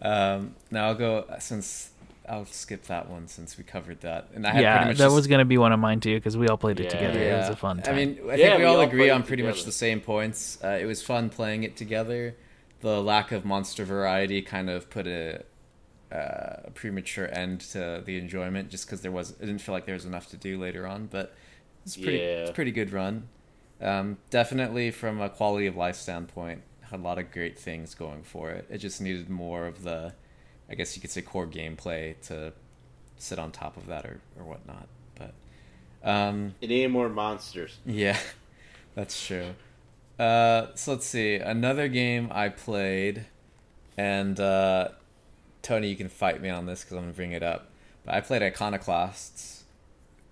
C: Um, now I'll go since I'll skip that one since we covered that, and I had pretty
D: yeah,
C: much
D: that
C: just-
D: was gonna be one of mine too because we all played it
A: Yeah.
D: together. It was a fun time.
C: I mean, I
A: Yeah,
C: think we,
A: we
C: all
A: all
C: agree
A: played
C: on
A: it
C: pretty much
A: together.
C: the same points. Uh, it was fun playing it together. The lack of monster variety kind of put a, uh, a premature end to the enjoyment, just because there was. It didn't feel like there was enough to do later on, but it's pretty. It's
A: Yeah.
C: a pretty good run. Um, definitely from a quality of life standpoint, had a lot of great things going for it. It just needed more of the, I guess you could say, core gameplay to sit on top of that or or whatnot, but. Um,
A: It ain't more monsters.
C: yeah, that's true. Uh, so let's see. Another game I played, and uh, Tony, you can fight me on this because I'm gonna bring it up. But I played Iconoclasts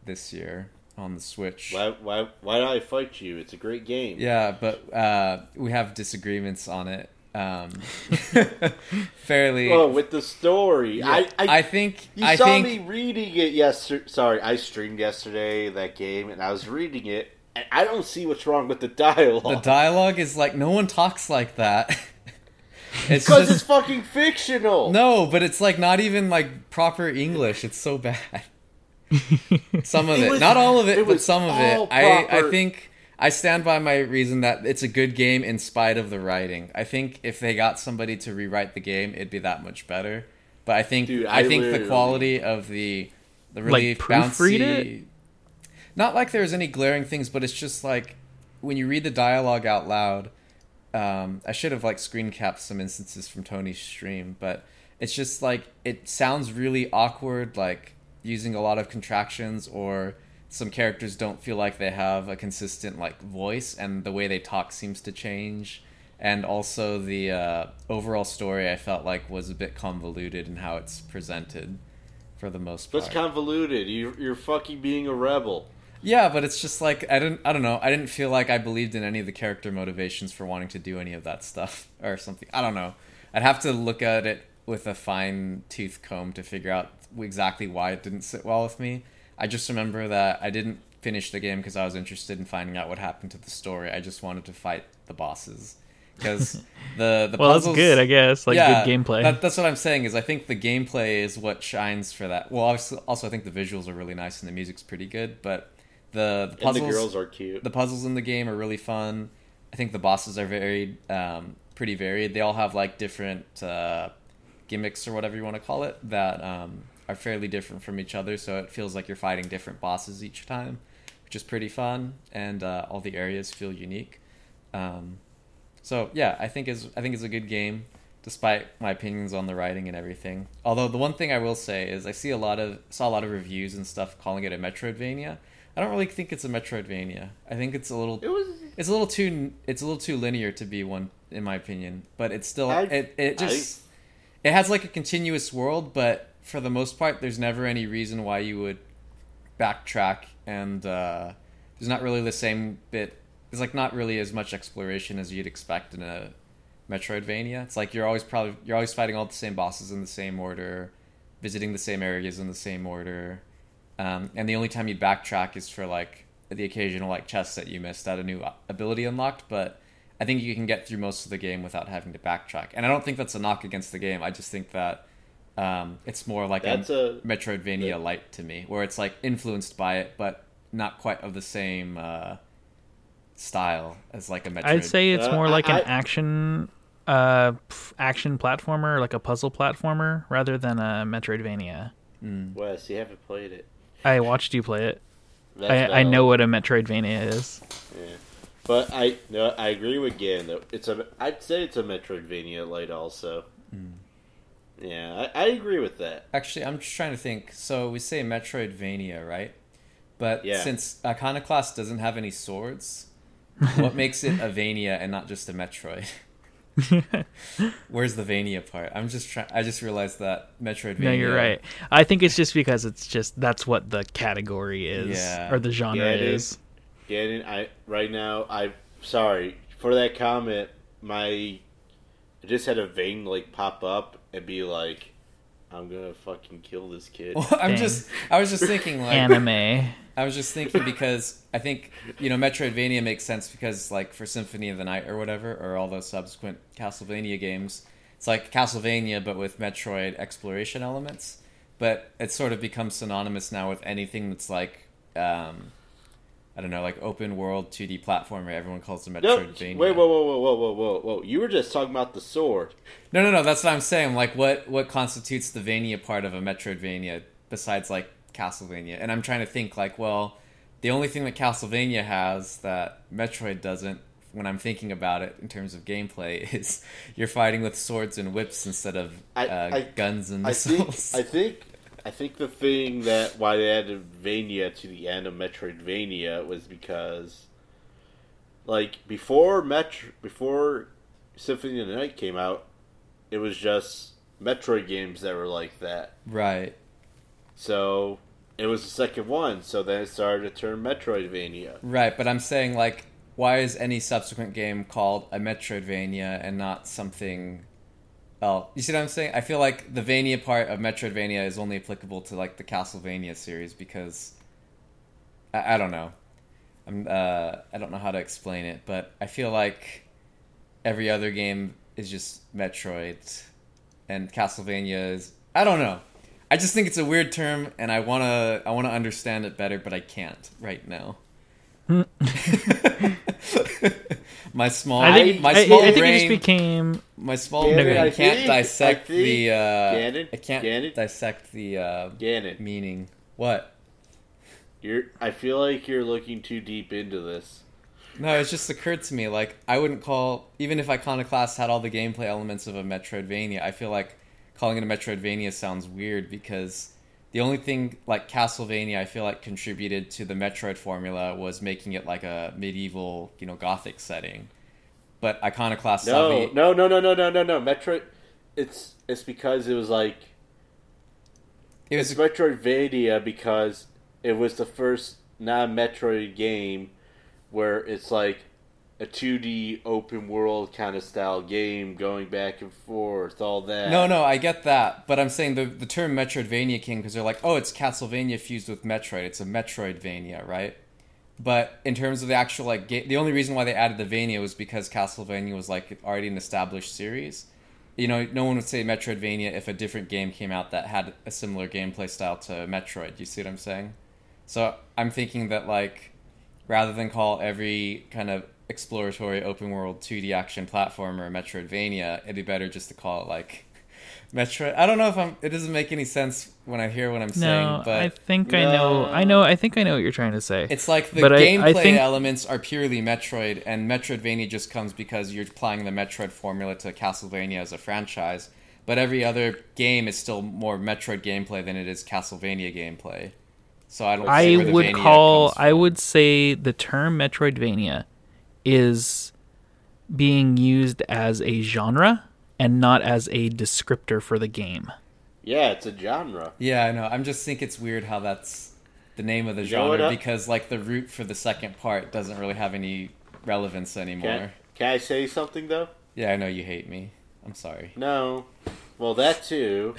C: this year on the Switch.
A: Why, why, why do I fight you? It's a great game.
C: Yeah, but uh, we have disagreements on it. Um, fairly.
A: Oh, with the story, I, I,
C: I think.
A: you
C: I
A: saw
C: think.
A: me reading it yesterday. Sorry, I streamed yesterday that game, and I was reading it, and I don't see what's wrong with the
C: The
A: dialogue
C: dialogue is like no one talks like that. it's
A: because
C: just
A: it's fucking fictional.
C: No, but it's like not even like proper English. It's so bad. Some of
A: It
C: it,
A: was-
C: not all of it,
A: it
C: but
A: was
C: some of
A: all
C: it. I, I
A: proper.
C: think I stand by my reason that it's a good game in spite of the writing. I think if they got somebody to rewrite the game, it'd be that much better. But I think
A: Dude,
C: I,
A: I
C: think the
A: literally-
C: quality of the the really
D: proofread
C: bouncy.
D: it?
C: Not like there's any glaring things, but it's just like when you read the dialogue out loud, um, I should have like screen capped some instances from Tony's stream, but it's just like it sounds really awkward, like using a lot of contractions or some characters don't feel like they have a consistent like voice and the way they talk seems to change and also the uh, overall story i felt like was a bit convoluted in how it's presented for the most part
A: That's convoluted. You, you're fucking being a rebel.
C: yeah, but it's just like I didn't I don't know. I didn't feel like I believed in any of the character motivations for wanting to do any of that stuff or something. I don't know. I'd have to look at it with a fine tooth comb to figure out exactly why it didn't sit well with me. I just remember that I didn't finish the game because I was interested in finding out what happened to the story. I just wanted to fight the bosses because the the
D: well, that's
C: puzzles
D: good, I guess. Like good gameplay.
C: that- that's what I'm saying is I think the gameplay is what shines for that. Well, obviously, also I think the visuals are really nice and the music's pretty good, but the the puzzles
A: and the girls are cute.
C: the puzzles in the game are really fun. I think the bosses are varied, um, pretty varied. They all have like different uh, gimmicks or whatever you want to call it that um, are fairly different from each other. So it feels like you're fighting different bosses each time, which is pretty fun. And uh, all the areas feel unique. Um, so yeah, I think is I think it's a good game, despite my opinions on the writing and everything. Although the one thing I will say is I see a lot of saw a lot of reviews and stuff calling it a Metroidvania. I don't really think it's a Metroidvania. I think it's a little
A: it was.
C: it's a little too it's a little too linear to be one in my opinion. But it's still
A: I-
C: it it
A: I-
C: just it has like a continuous world, but for the most part, there's never any reason why you would backtrack and uh, there's not really the same bit there's like not really as much exploration as you'd expect in a metroidvania it's like you're always probably you're always fighting all the same bosses in the same order visiting the same areas in the same order um, and the only time you backtrack is for like the occasional like chest that you missed that a new ability unlocked but i think you can get through most of the game without having to backtrack and i don't think that's a knock against the game i just think that um, it's more like
A: That's a-
C: Metroidvania light to me, where it's like influenced by it, but not quite of the same uh, style as like a Metroid.
D: I'd say it's
A: Uh,
D: more
A: I-
D: like an
A: I-
D: action, uh, pf- action platformer, like a puzzle platformer, rather than a Metroidvania.
A: Wes, you haven't played it.
D: I watched you play it.
A: That's
D: I, I
A: valid.
D: know what a Metroidvania is.
A: But I no, I agree with Gan though. It's a I'd say it's a Metroidvania light also.
C: Hmm.
A: Yeah, I, I agree with that.
C: Actually, I'm just trying to think. So we say Metroidvania, right? But
A: Yeah.
C: since Iconoclast doesn't have any swords, what makes it a Vania and not just a Metroid? Where's the Vania part? I'm just trying. I just realized that Metroidvania.
D: No, you're right. I think it's just because it's just that's what the category is
C: Yeah.
D: or the genre
A: Yeah, it
D: is.
A: Gannon, I right now I sorry for that comment. my I just had a vein like pop up and be like, I'm gonna fucking kill this kid.
C: Well, I'm
D: Dang.
C: just. I was just thinking like.
D: Anime.
C: I was just thinking because I think you know Metroidvania makes sense because like for Symphony of the Night or whatever or all those subsequent Castlevania games, it's like Castlevania but with Metroid exploration elements. But it's sort of become synonymous now with anything that's like um, I don't know, like open world 2D platformer. Everyone calls it
A: No,
C: Metroidvania.
A: wait, whoa, whoa, whoa, whoa, whoa, whoa, whoa! You were just talking about the sword.
C: No, no, no. That's what I'm saying. Like, what what constitutes the Vania part of a Metroidvania besides like Castlevania? And I'm trying to think like, well, the only thing that Castlevania has that Metroid doesn't, when I'm thinking about it in terms of gameplay, is you're fighting with swords and whips instead of
A: I-
C: uh,
A: I-
C: guns and
A: I think,
C: missiles.
A: I think, I think the thing that why they added Vania to the end of Metroidvania was because, like, before Metro, before Symphony of the Night came out, it was just Metroid games that were like that.
C: right.
A: So it was the second one. So then it started to turn Metroidvania.
C: Right, but I'm saying like, why is any subsequent game called a Metroidvania and not something? Well, you see what I'm saying? I feel like the Vania part of Metroidvania is only applicable to like the Castlevania series because I, I don't know. I'm uh, I don't know how to explain it, but I feel like every other game is just Metroid, and Castlevania is I don't know. I just think it's a weird term, and I wanna I wanna understand it better, but I can't right now.
D: Hmm.
C: my small,
D: I think,
C: my
D: I,
C: small
D: I think
C: brain,
D: it just became
C: my small
A: Ganon,
C: brain
A: I
C: can't
A: think-
C: dissect
A: I think-
C: the. Uh,
A: Ganon?
C: I can't
A: Ganon?
C: dissect the uh,
A: Ganon,
C: meaning. What?
A: you're. I feel like you're looking too deep into this.
C: No, it just occurred to me. Like I wouldn't call even if Iconoclast had all the gameplay elements of a Metroidvania. I feel like calling it a Metroidvania sounds weird because the only thing like Castlevania I feel like contributed to the Metroid formula was making it like a medieval, you know, gothic setting. But Iconoclast
A: No,
C: obvi-
A: no, no, no, no, no, no, no. Metroid. It's it's because it was like
C: it was
A: it's Metroidvania because it was the first non-Metroid game where it's like a 2D open world kind of style game going back and forth, all that.
C: No, no, I get that, but I'm saying the the term Metroidvania came because they're like, oh, it's Castlevania fused with Metroid. It's a Metroidvania, right? But in terms of the actual like, ga- the only reason why they added the Vania was because Castlevania was like already an established series. You know, no one would say Metroidvania if a different game came out that had a similar gameplay style to Metroid. You see what I'm saying? So I'm thinking that like, rather than call every kind of exploratory open world 2D action platformer Metroidvania, it'd be better just to call it like Metroid. I don't know if I'm. It doesn't make any sense when I hear what I'm saying,
D: No,
C: but
D: I think I know. I know. I think I know what you're trying to say.
C: it's like the
D: but I- I
C: gameplay
D: think-
C: elements are purely Metroid, and Metroidvania just comes because you're applying the Metroid formula to Castlevania as a franchise. But every other game is still more Metroid gameplay than it is Castlevania gameplay. So I don't. see
D: I
C: where the
D: would
C: Vania
D: call.
C: comes
D: I
C: from.
D: would say the term Metroidvania is being used as a genre and not as a descriptor for the game.
A: Yeah, it's a genre.
C: Yeah, I know. I'm just think it's weird how that's the name of the
A: know what uh,
C: genre
A: I-
C: because like the root for the second part doesn't really have any relevance anymore.
A: Can, can I say something though?
C: Yeah, I know you hate me. I'm sorry.
A: No. Well, that too.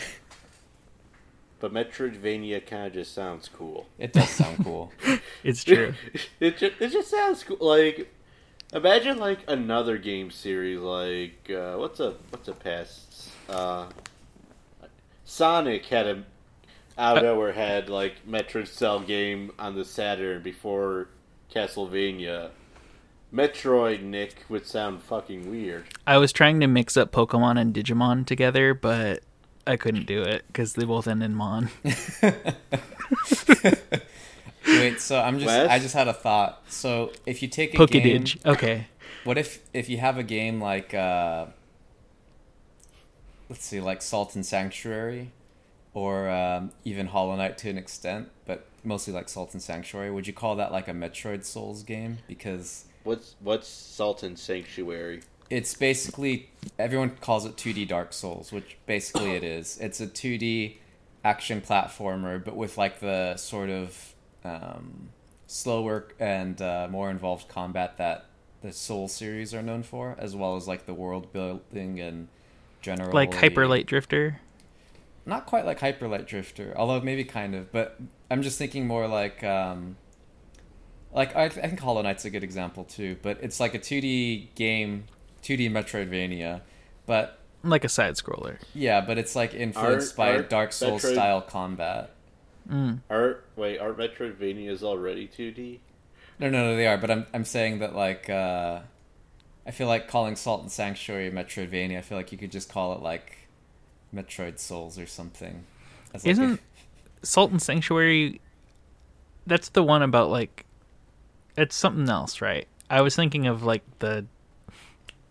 A: But Metroidvania kind of just sounds cool.
C: It does sound cool.
D: It's true.
A: it, just, it just sounds cool. Like, imagine like another game series, like uh, what's a what's a past? Uh, Sonic had a out of nowhere had like Metroid Cell game on the Saturn before Castlevania. Metroid Nick would sound fucking weird.
D: I was trying to mix up Pokemon and Digimon together, but I couldn't do it because they both end in mon.
C: Wait, so I'm just
A: Wes?
C: I just had a thought. So if you take a game,
D: Pokedige. Okay.
C: what if if you have a game like uh let's see, like Salt and Sanctuary or um, even Hollow Knight to an extent, but mostly like Salt and Sanctuary, would you call that like a Metroid Souls game because
A: What's what's Sultan Sanctuary?
C: it's basically everyone calls it 2D Dark Souls, which basically it is. It's a 2D action platformer, but with like the sort of um, slower and uh, more involved combat that the Soul series are known for, as well as like the world building and general
B: like hyper light drifter.
C: Not quite like Hyper Light Drifter, although maybe kind of. But I'm just thinking more like um, like I, I think Hollow Knight's a good example too. But it's like a 2D game, 2D Metroidvania, but
B: Like a side scroller.
C: yeah, but it's like influenced
A: Aren't-
C: by
A: aren't
C: Dark Souls
A: Metroid-
C: style combat.
A: Art wait, aren't Metroidvanias already two D?
C: No, no, no, they are. But I'm I'm saying that like uh, I feel like calling Salt and Sanctuary Metroidvania. I feel like you could just call it like Metroid Souls or something. As, like,
B: Isn't- Salt and Sanctuary that's the one about like it's something else, right? I was thinking of like the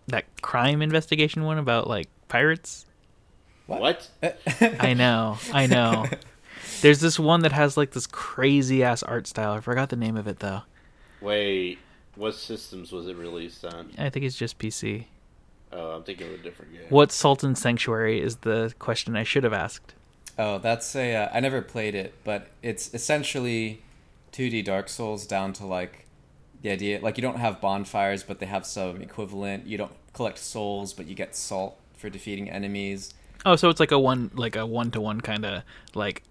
B: that crime investigation one about like pirates.
A: What?
B: I know, I know. There's this one that has like this crazy ass art style. I forgot the name of it though.
A: Wait, what systems was it released on?
B: I think it's just PC.
A: Oh, I'm thinking of a different game.
B: What Salt and Sanctuary is the question I should have asked.
C: oh, that's a. Uh, I never played it, but it's essentially 2D Dark Souls down to like the idea like you don't have bonfires, but they have some equivalent. You don't collect souls, but you get salt for defeating enemies.
B: Oh, so it's like a one like a one to one kind of like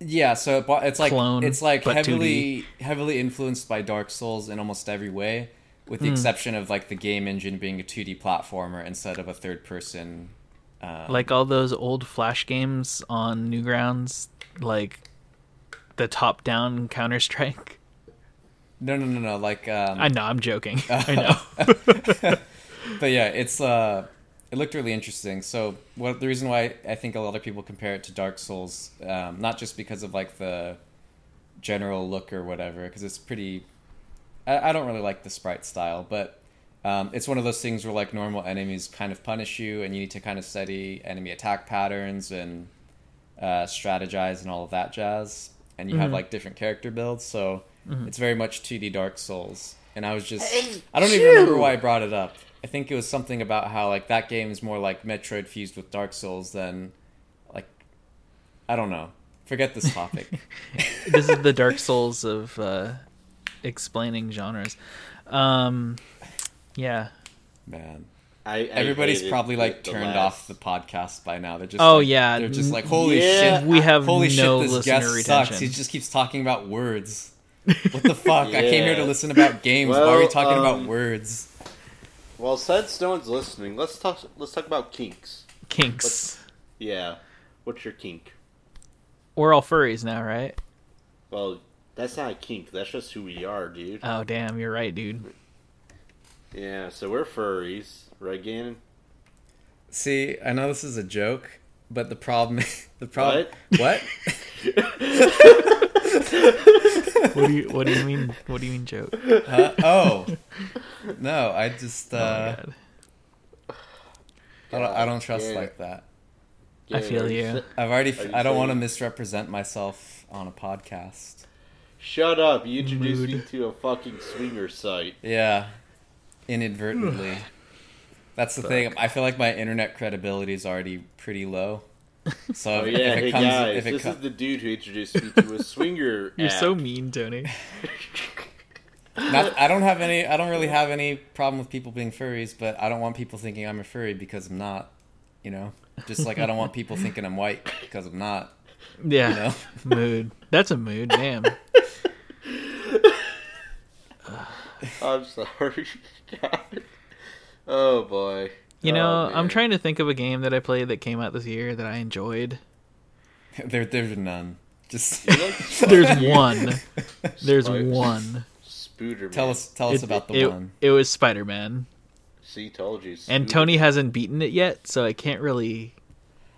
C: Yeah, so it bo- it's like
B: Clone,
C: it's like
B: but
C: heavily heavily influenced by Dark Souls in almost every way, with
B: Hmm.
C: the exception of like the game engine being a 2D platformer instead of a third person.
B: like all those old flash games on Newgrounds like the top down Counter Strike.
C: No, no, no, no. Like, um,
B: I know, I'm joking. I know.
C: but yeah, it's uh, it looked really interesting. So what the reason why I think a lot of people compare it to Dark Souls, um, not just because of like the general look or whatever, because it's pretty. I, I don't really like the sprite style, but um, it's one of those things where like normal enemies kind of punish you, and you need to kind of study enemy attack patterns and uh, strategize and all of that jazz. And you
B: Mm-hmm.
C: have like different character builds, so it's very much 2D Dark Souls. And I was just I don't even remember why I brought it up. I think it was something about how like that game is more like Metroid fused with Dark Souls than like I don't know. Forget this topic.
B: this is the Dark Souls of uh, explaining genres. Um, yeah.
C: Man.
A: I, I
C: Everybody's
A: hated
C: probably like
A: the
C: turned
A: last-
C: off the podcast by now. They're just
B: Oh,
C: like-
B: yeah.
C: They're just like holy
A: Yeah.
C: shit.
B: We have
C: holy
B: no
C: shit. This
B: listener
C: guest sucks.
B: retention.
C: He just keeps talking about words. What the fuck? I came here to
A: Yeah.
C: listen about games. why are we
A: Well,
C: talking about
A: um,
C: words?
A: Well, since no one's listening, let's talk. Let's talk about kinks.
B: Kinks.
A: Yeah, what's your kink?
B: We're all furries now, right?
A: Well, that's not a kink. That's just who we are, dude.
C: Uh.
B: Oh damn, you're right, dude.
A: yeah, so we're furries, right, Gannon?
C: See, I know this is a joke, but the problem, the problem, what?
B: What do you What do you mean? What do you mean joke? Oh,
C: Huh? oh, no! I just,
A: Oh
B: my
C: uh,
B: God.
C: I, don't, I don't trust
A: Yeah.
C: like that.
B: I feel you.
A: s-
C: I've already, f-
A: Are you
C: I don't want to
A: saying-
C: misrepresent myself on a podcast.
A: Shut up! You introduced
B: Mood.
A: me to a fucking swinger site.
C: Yeah, inadvertently. That's the thing. I feel like my internet credibility is already pretty low. So
A: Oh
C: if,
A: yeah,
C: if it
A: hey
C: comes,
A: guys,
C: if it
A: this
C: co-
A: is the dude who introduced me to a swinger.
B: You're
A: app.
B: so mean, Tony.
C: not, I don't have any. I don't really have any problem with people being furries, but I don't want people thinking I'm a furry because I'm not. You know, just like I don't want people thinking I'm white because I'm not.
B: Yeah.
C: You know.
B: Mood. That's a mood. Damn.
A: I'm sorry. God. Oh boy.
B: You
A: Oh,
B: know, I'm
A: man.
B: trying to think of a game that I played that came out this year that I enjoyed.
C: There, there's none. Just
A: You like
B: There's one. There's
A: Right.
B: one.
A: Spooderman.
C: tell us, tell us
B: It-
C: about the
B: it-
C: one.
B: It was Spider Man,
A: See, told you.
B: and
A: Spooderman.
B: Tony hasn't beaten it yet, so I can't really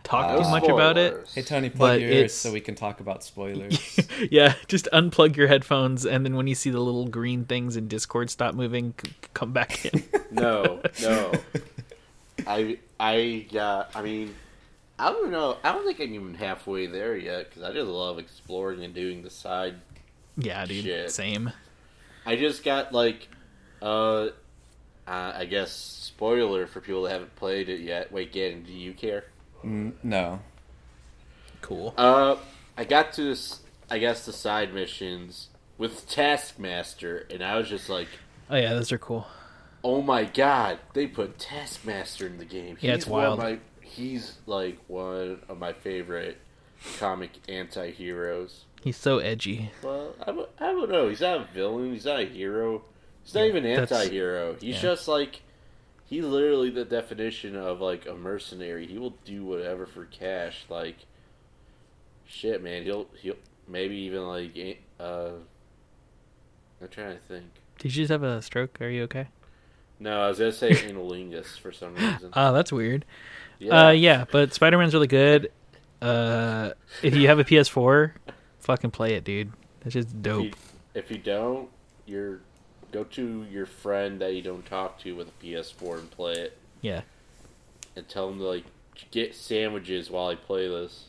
B: talk
A: No
B: too much about it.
A: spoilers.
C: Hey Tony,
B: but
C: plug your
B: it's-
C: ears so we can talk about spoilers.
B: yeah, just unplug your headphones, and then when you see the little green things in Discord stop moving, c- come back in.
A: No, no. I, I, uh, I mean, I don't know. I don't think I'm even halfway there yet because I just love exploring and doing the side.
B: yeah, dude.
A: Shit.
B: Same.
A: I just got like, uh, uh, I guess spoiler for people that haven't played it yet. Wait, Gannon, do you care?
C: N- no.
B: Cool.
A: Uh, I got to this. I guess the side missions with Taskmaster, and I was just like,
B: Oh yeah, those are cool.
A: oh my god, they put Taskmaster in the game.
E: Yeah, it's
A: one
E: wild.
A: of my- he's like one of my favorite comic anti-heroes.
E: He's so edgy.
A: Well, I w- I don't know. He's not a villain. He's not a hero. He's not even an
B: that's-
A: anti-hero. He's
E: yeah.
A: just like he's literally the definition of like a mercenary. He will do whatever for cash. Like shit, man. He'll he'll maybe even like a- uh. I'm trying to think.
B: Did you just have a stroke? Are you okay?
A: No, I was gonna say analingus for some reason.
B: Oh, that's weird.
A: Yeah.
B: Uh, yeah, but Spider Man's really good. Uh, if you have a PS4, fucking play it, dude. That's just
A: if,
B: dope.
A: you, if you don't, you're go to your friend that you don't talk to with a PS4 and play it.
B: Yeah.
A: and tell him to like get sandwiches while I play this.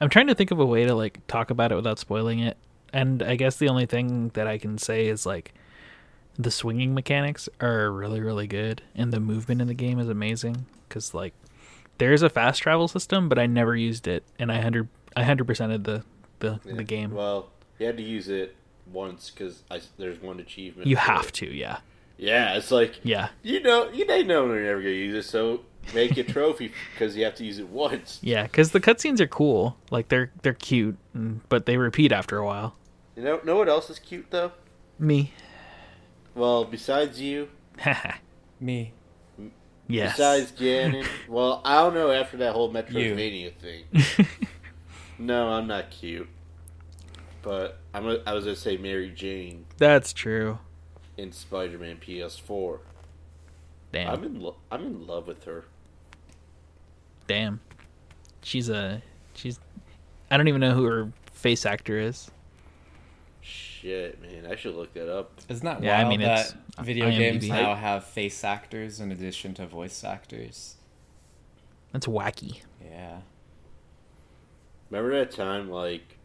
B: I'm trying to think of a way to like talk about it without spoiling it. And I guess the only thing that I can say is like the swinging mechanics are really really good and the movement in the game is amazing cuz like there's a fast travel system but I never used it and I 100 I 100%ed the the, the game.
A: Well, you had to use it once because there's one achievement.
B: you
A: for
B: have
A: it.
B: to, yeah.
A: Yeah, it's like
B: Yeah.
A: you know you they know they're never gonna use it, so make a trophy because you have to use it once.
B: Yeah, cuz the cutscenes are cool. Like they're they're cute, and- but they repeat after a while.
A: You know, know what else is cute though?
B: Me.
A: Well, besides you,
C: Me.
B: yes.
A: besides Ganon. well, I don't know after that whole Metroidvania thing. No, I'm not cute, but I'm. Gonna, I was gonna say Mary Jane
B: That's true.
A: in Spider-Man PS4.
B: Damn.
A: I'm in. Lo- I'm in love with her.
B: Damn. She's a she's I don't even know who her face actor is.
A: Shit, man, I should look that up.
C: Isn't that
B: Yeah, I
C: wild
B: mean,
C: that
B: it's
C: video
B: IMDb.
C: games now have face actors in addition to voice actors?
B: That's wacky.
C: Yeah.
A: Remember that time like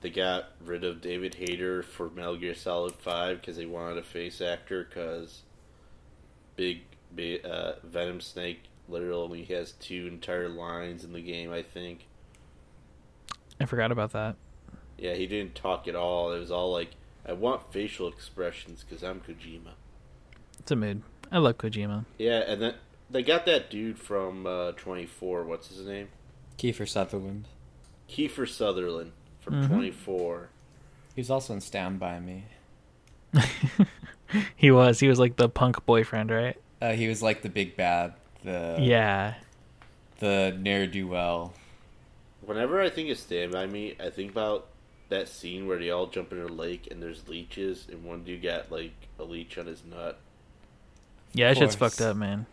A: they got rid of David Hayter for Metal Gear Solid Five because they wanted a face actor because Big, big uh, Venom Snake literally has two entire lines in the game. I think.
B: I forgot about that.
A: Yeah, he didn't talk at all. It was all like, "I want facial expressions because I'm Kojima."
B: It's a mood. I love Kojima.
A: Yeah, and then they got that dude from uh, Twenty Four. What's his name?
C: Kiefer Sutherland.
A: Kiefer Sutherland from
B: Mhm.
A: Four.
C: He was also in Stand By Me.
B: he was. He was like the punk boyfriend, right?
C: Uh, he was like the big bad,
A: Uh,
C: the
B: yeah.
C: the ne'er do well.
A: Whenever I think of Stand By Me, I think about that scene where they all jump in a lake and there's leeches, and one dude got like a leech on his nut.
B: Yeah, that shit's
C: course.
B: fucked up, man.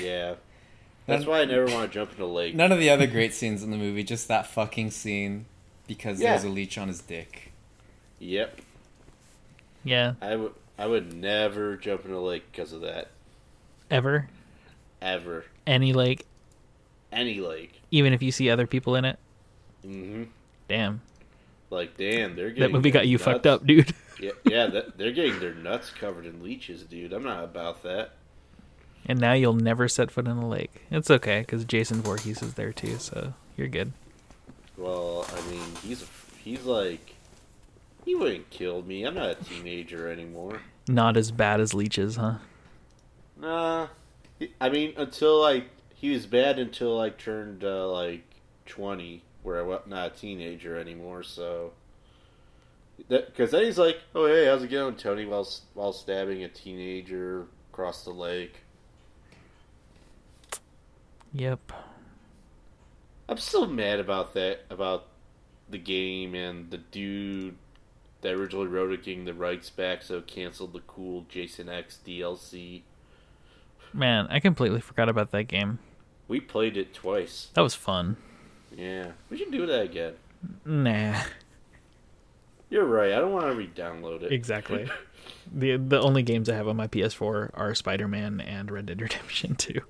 A: Yeah, that's why I never want to jump in a lake.
C: None of the other great scenes in the movie, just that fucking scene because
A: Yeah.
C: there's a leech on his dick.
A: Yep,
B: Yeah.
A: I would I would never jump in a lake because of that
B: Ever.
A: ever.
B: Any like
A: Any lake.
B: even if you see other people in it.
A: hmm
B: Damn.
A: Like damn, they're
B: That
A: getting
B: movie got
A: their
B: you
A: nuts-
B: fucked up, dude.
A: yeah, yeah, that, they're getting their nuts covered in leeches, dude. I'm not about that.
B: And now you'll never set foot in the lake. It's okay cuz Jason Voorhees is there too, so you're good.
A: Well, I mean, he's he's like he wouldn't kill me. I'm not a teenager anymore.
B: Not as bad as leeches, huh?
A: Nah, I mean until like he was bad until I turned uh, like 20, where I was not a teenager anymore. So because then he's like, oh hey, how's it going, Tony? While s- while stabbing a teenager across the lake.
B: Yep.
A: I'm still mad about that about the game and the dude that originally wrote it getting the rights back, so it canceled the cool Jason X DLC.
B: Man, I completely forgot about that game.
A: We played it twice.
B: That was fun.
A: Yeah, we should do that again.
B: Nah.
A: You're right. I don't want to re-download it.
B: Exactly. the The only games I have on my PS4 are Spider Man and Red Dead Redemption 2.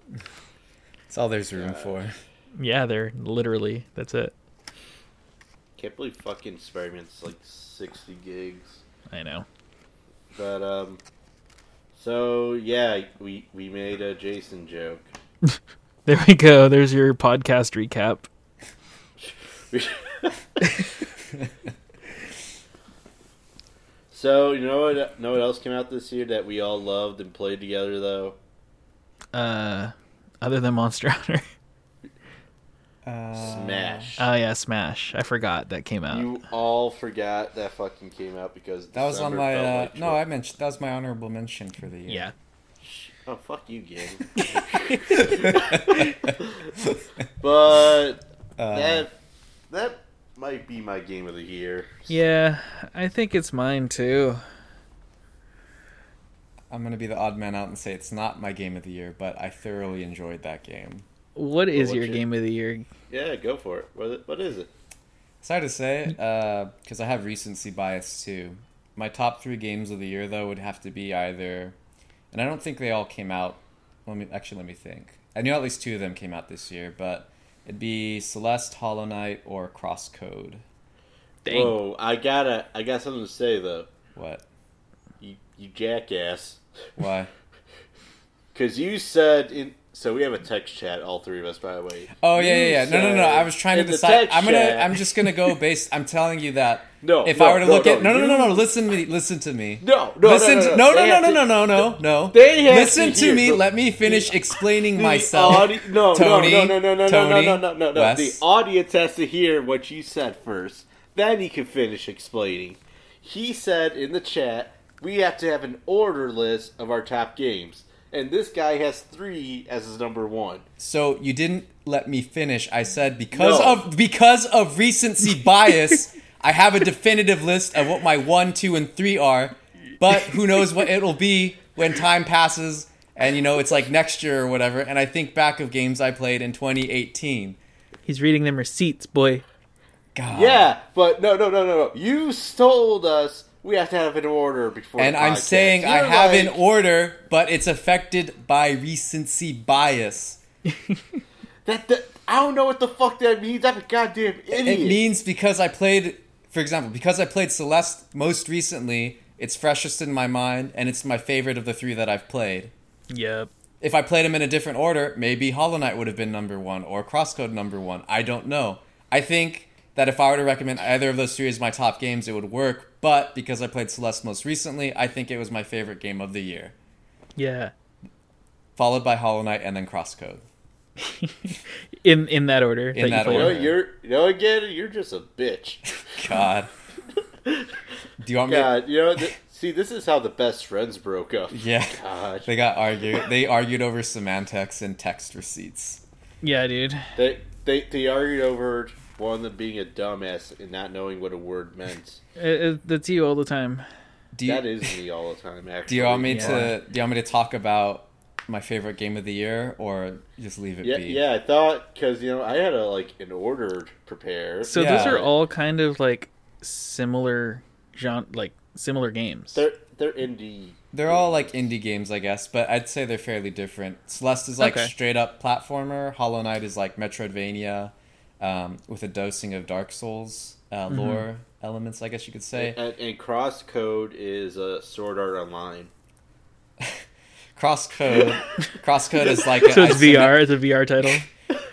C: That's all there's room for.
B: Yeah, they're literally that's it.
A: Can't believe fucking Spider-Man's like 60 gigs.
B: I know.
A: But um, so yeah, we we made a Jason joke.
B: There we go. There's your podcast recap.
A: So you know what? Know what else came out this year that we all loved and played together though?
B: Uh, other than Monster Hunter.
C: Uh,
A: Smash.
B: Oh yeah, Smash. I forgot that came out.
A: you all forgot that fucking came out because
C: That was on
A: December
C: my.
A: felt
C: Uh,
A: like
C: no, I mentioned that was my honorable mention for the
B: yeah.
C: year.
A: Oh fuck you, gang. but
C: Uh,
A: that that might be my game of the year.
B: Yeah, I think it's mine too.
C: I'm gonna be the odd man out and say it's not my game of the year, but I thoroughly enjoyed that game.
B: What is
A: what's
B: your
A: your-
B: game of the year?
A: Yeah, go for it. What is it? What is it?
C: It's hard to say because I have recency bias too. My top three games of the year though would have to be either, and I don't think they all came out. Let me actually let me think. I knew at least two of them came out this year, but it'd be Celeste, Hollow Knight, or Crosscode.
B: Dang.
A: Whoa, Oh, I gotta I got something to say though.
C: What?
A: You you jackass.
C: Why?
A: Cause you said in so we have a text chat, all three of us by the way.
C: Oh yeah,
A: You
C: yeah, yeah. No, no, no.
A: said
C: I was trying to
A: in the
C: decide.
A: text
C: I'm gonna.
A: chat-
C: I'm just gonna go based. I'm telling you that.
A: No,
C: If
A: no,
C: I were to
A: no,
C: look
A: no,
C: at no, no,
A: you-
C: no, no, no. Listen to me. Listen to me.
A: No, no,
C: listen
A: no, no,
C: to
A: no.
C: no
A: They
C: no no
A: have
C: no
A: to-
C: no no no no
A: They have to
C: listen to,
A: hear
C: me
A: the-
C: let me finish explaining
A: The
C: myself
A: audi- no,
C: Tony,
A: no, no, no, no, no,
C: Tony,
A: no, no, no, no, no.
C: Wes.
A: The audience has to hear what you said first. Then you can finish explaining. He said in the chat, we have to have an order list of our top games. And this guy has three as his number one.
C: so you didn't let me finish i said because
A: No.
C: of because of recency bias i have a definitive list of what my one two and three are but who knows what it'll be when time passes and you know it's like next year or whatever and i think back of games i played in 2018
B: He's reading them receipts, boy.
C: god
A: Yeah, but no, no, no, no, no. You told us we have to have an order before.
C: And
A: the
C: I'm
A: podcast.
C: saying I
A: You're
C: have
A: like,
C: an order, but it's affected by recency bias.
A: That, that I don't know what the fuck that means. I'm a goddamn idiot.
C: It means because I played, for example, because I played Celeste most recently, it's freshest in my mind, and it's my favorite of the three that I've played.
B: Yep.
C: If I played them in a different order, maybe Hollow Knight would have been number one or Crosscode number one. I don't know. I think that if I were to recommend either of those three as my top games, it would work. But because I played Celeste most recently, I think it was my favorite game of the year,
B: Yeah.
C: followed by Hollow Knight and then Crosscode.
B: In in that order. that you
C: that
B: played.
A: you know,
C: order.
A: you're, you know, again, you're just a bitch.
C: God. Do you want me?
A: God, you know, th- see, this is how the best friends broke up.
C: Yeah.
A: God,
C: They got argued. They argued over semantics and text receipts.
B: Yeah, dude.
A: they they they argued over one of them being a dumbass and not knowing what a word meant.
B: It- it- Uh, that's you all the time.
C: Do you,
A: That is me all the time. Actually,
C: do you want me
B: Yeah.
C: to? Do you want me to talk about my favorite game of the year, or just leave it
A: Yeah,
C: be?
A: yeah. I thought because you know I had a like an order prepared.
B: So those
C: Yeah.
B: are all kind of like similar genre, like similar games.
A: they're they're indie.
C: They're all like indie games, I guess, but I'd say they're fairly different. Celeste is like
B: Okay.
C: straight up platformer. Hollow Knight is like Metroidvania, um, with a dosing of Dark Souls uh,
B: Mm-hmm.
C: lore elements, I guess you could say.
A: And, and Crosscode is a uh, Sword Art Online.
C: Crosscode, Crosscode is like an
B: so it's
C: isomet-
B: VR. It's a VR title.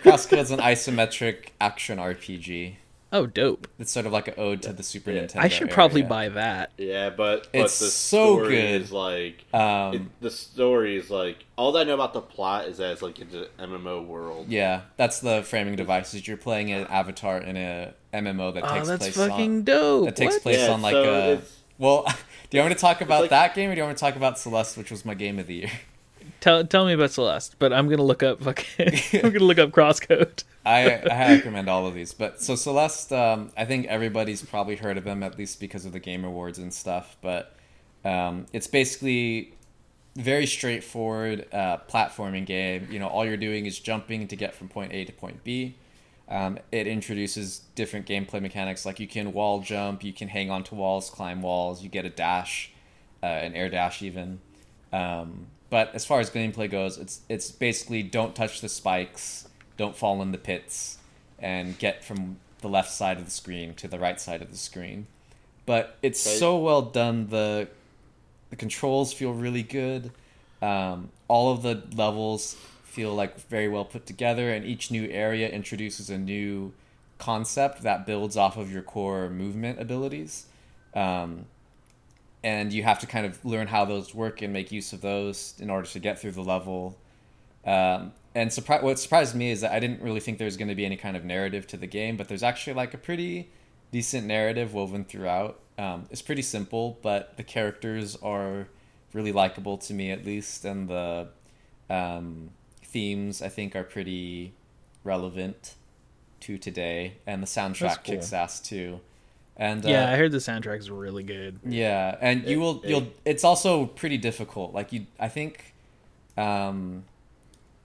C: Crosscode's an isometric action RPG.
B: Oh, dope.
C: It's sort of like an ode to the Super
A: Yeah.
C: Nintendo.
B: I should probably
C: area.
B: buy that.
A: Yeah, but but
C: It's
A: the
C: so
A: story
C: good.
A: is like
C: Um,
A: it, the story is like all I know about the plot is that it's like it's an MMO world.
C: yeah, that's the framing device. Is you're playing an avatar in a MMO that
B: Oh,
C: takes
B: that's
C: place
B: fucking
C: on
B: dope.
C: that takes
B: What?
C: place
A: Yeah,
C: on like uh,
A: so
C: a.
A: it's-
C: Well, do you want me to talk about
A: like-
C: that game, or do you want me to talk about Celeste, which was my game of the year?
B: Tell tell me about Celeste, but I'm gonna look up fucking. I'm gonna look up Crosscode.
C: I, I recommend all of these, but so Celeste, um, I think everybody's probably heard of them at least because of the Game Awards and stuff. But um, it's basically very straightforward uh, platforming game. You know, all you're doing is jumping to get from point A to point B. Um, it introduces different gameplay mechanics, like you can wall jump, you can hang onto walls, climb walls, you get a dash, uh, an air dash even. Um, but as far as gameplay goes, it's it's basically don't touch the spikes, don't fall in the pits, and get from the left side of the screen to the right side of the screen. But it's
A: Right.
C: so well done. The the controls feel really good. Um, all of the levels feel like very well put together, and each new area introduces a new concept that builds off of your core movement abilities. Um, and you have to kind of learn how those work and make use of those in order to get through the level. Um, and surpri- what surprised me is that I didn't really think there was going to be any kind of narrative to the game, but there's actually like a pretty decent narrative woven throughout. Um, it's pretty simple, but the characters are really likable to me at least, and the um, themes I think are pretty relevant to today, and the soundtrack
B: cool.
C: kicks ass too. And
B: Yeah,
C: uh,
B: I heard the soundtrack's really good.
C: yeah, and you will.
A: it-
C: you'll. It's also pretty difficult. Like you, I think. Um,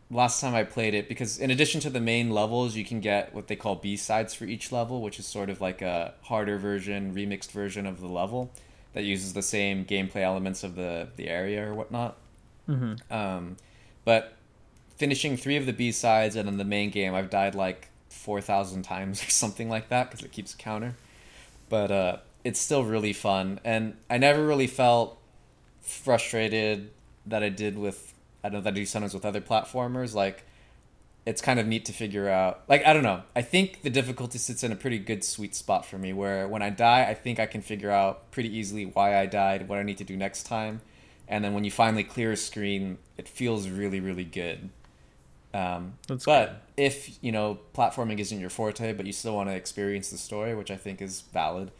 C: last time I played it, because in addition to the main levels, you can get what they call B sides for each level, which is sort of like a harder version, remixed version of the level that uses the same gameplay elements of the the area or whatnot.
A: Mm-hmm.
C: Um, but finishing three of the B sides and then the main game, I've died like four thousand times or something like that because it keeps a counter. But uh, it's still really fun, and I never really felt frustrated that I did with I don't know that I do sometimes with other platformers. Like it's kind of neat to figure out. Like I don't know. I think the difficulty sits in a pretty good sweet spot for me, where when I die, I think I can figure out pretty easily why I died, what I need to do next time, and then when you finally clear a screen, it feels really really good. Um,
B: That's
C: but if you know platforming isn't your forte, but you still want to experience the story, which I think is valid,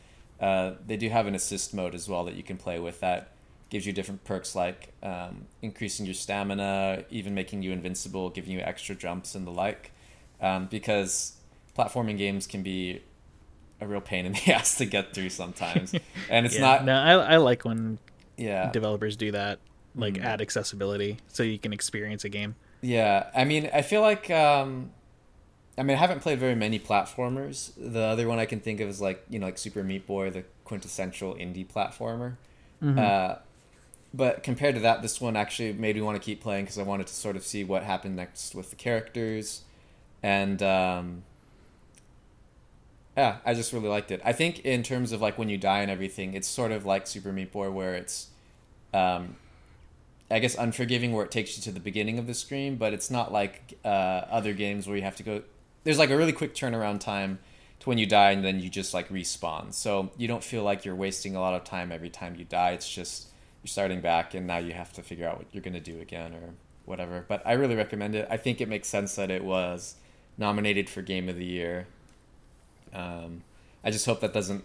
C: uh, they do have an assist mode as well that you can play with that gives you different perks like um, increasing your stamina, even making you invincible, giving you extra jumps and the like. Um, because platforming games can be a real pain in the ass to get through sometimes, and it's
B: Yeah.
C: not Uh,
B: No, I I like when
C: yeah
B: developers do that, like
C: mm.
B: add accessibility so you can experience a game.
C: Yeah, I mean, I feel like um I mean, I haven't played very many platformers. The other one I can think of is like, you know, like Super Meat Boy, the quintessential indie platformer. Uh but compared to that, this one actually made me want to keep playing because I wanted to sort of see what happened next with the characters and um yeah, I just really liked it. I think in terms of like when you die and everything, it's sort of like Super Meat Boy where it's um I guess unforgiving where it takes you to the beginning of the screen, but it's not like uh, other games where you have to go. There's like a really quick turnaround time to when you die, and then you just like respawn. So you don't feel like you're wasting a lot of time every time you die. It's just you're starting back, and now you have to figure out what you're gonna do again or whatever. But I really recommend it. I think it makes sense that it was nominated for Game of the Year. Um, I just hope that doesn't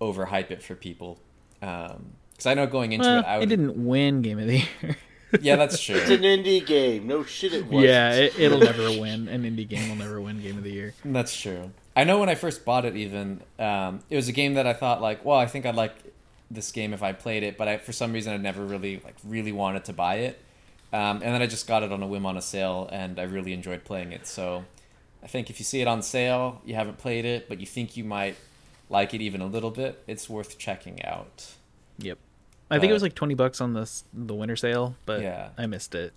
C: overhype it for people. Because I know going into
B: Well,
C: it, I
B: it
C: would.
B: didn't win game of the year.
C: Yeah, that's true.
A: It's an indie game. No shit, it wasn't.
B: yeah, it, it'll never win. An indie game will never win game of the year.
C: That's true. I know when I first bought it, even um, it was a game that I thought like, well, I think I'd like this game if I played it, but I, for some reason I never really like really wanted to buy it, um, and then I just got it on a whim on a sale, and I really enjoyed playing it. So I think if you see it on sale, you haven't played it, but you think you might like it even a little bit, it's worth checking out.
B: Yep. I think
C: Uh,
B: it was like twenty bucks on the s- the winter sale, but
C: Yeah.
B: I missed it.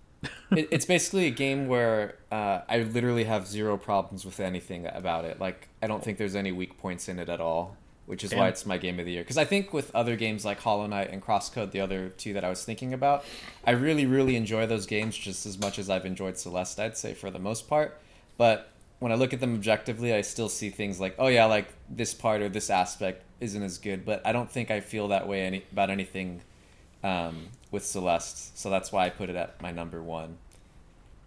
C: it, it's basically a game where uh, I literally have zero problems with anything about it. Like I don't think there's any weak points in it at all, which is why
B: Damn.
C: it's my game of the year. Because I think with other games like Hollow Knight and Crosscode, the other two that I was thinking about, I really really enjoy those games just as much as I've enjoyed Celeste. I'd say for the most part, but when I look at them objectively, I still see things like, oh yeah, like this part or this aspect isn't as good. But I don't think I feel that way any, about anything um, with Celeste, so that's why I put it at my number one.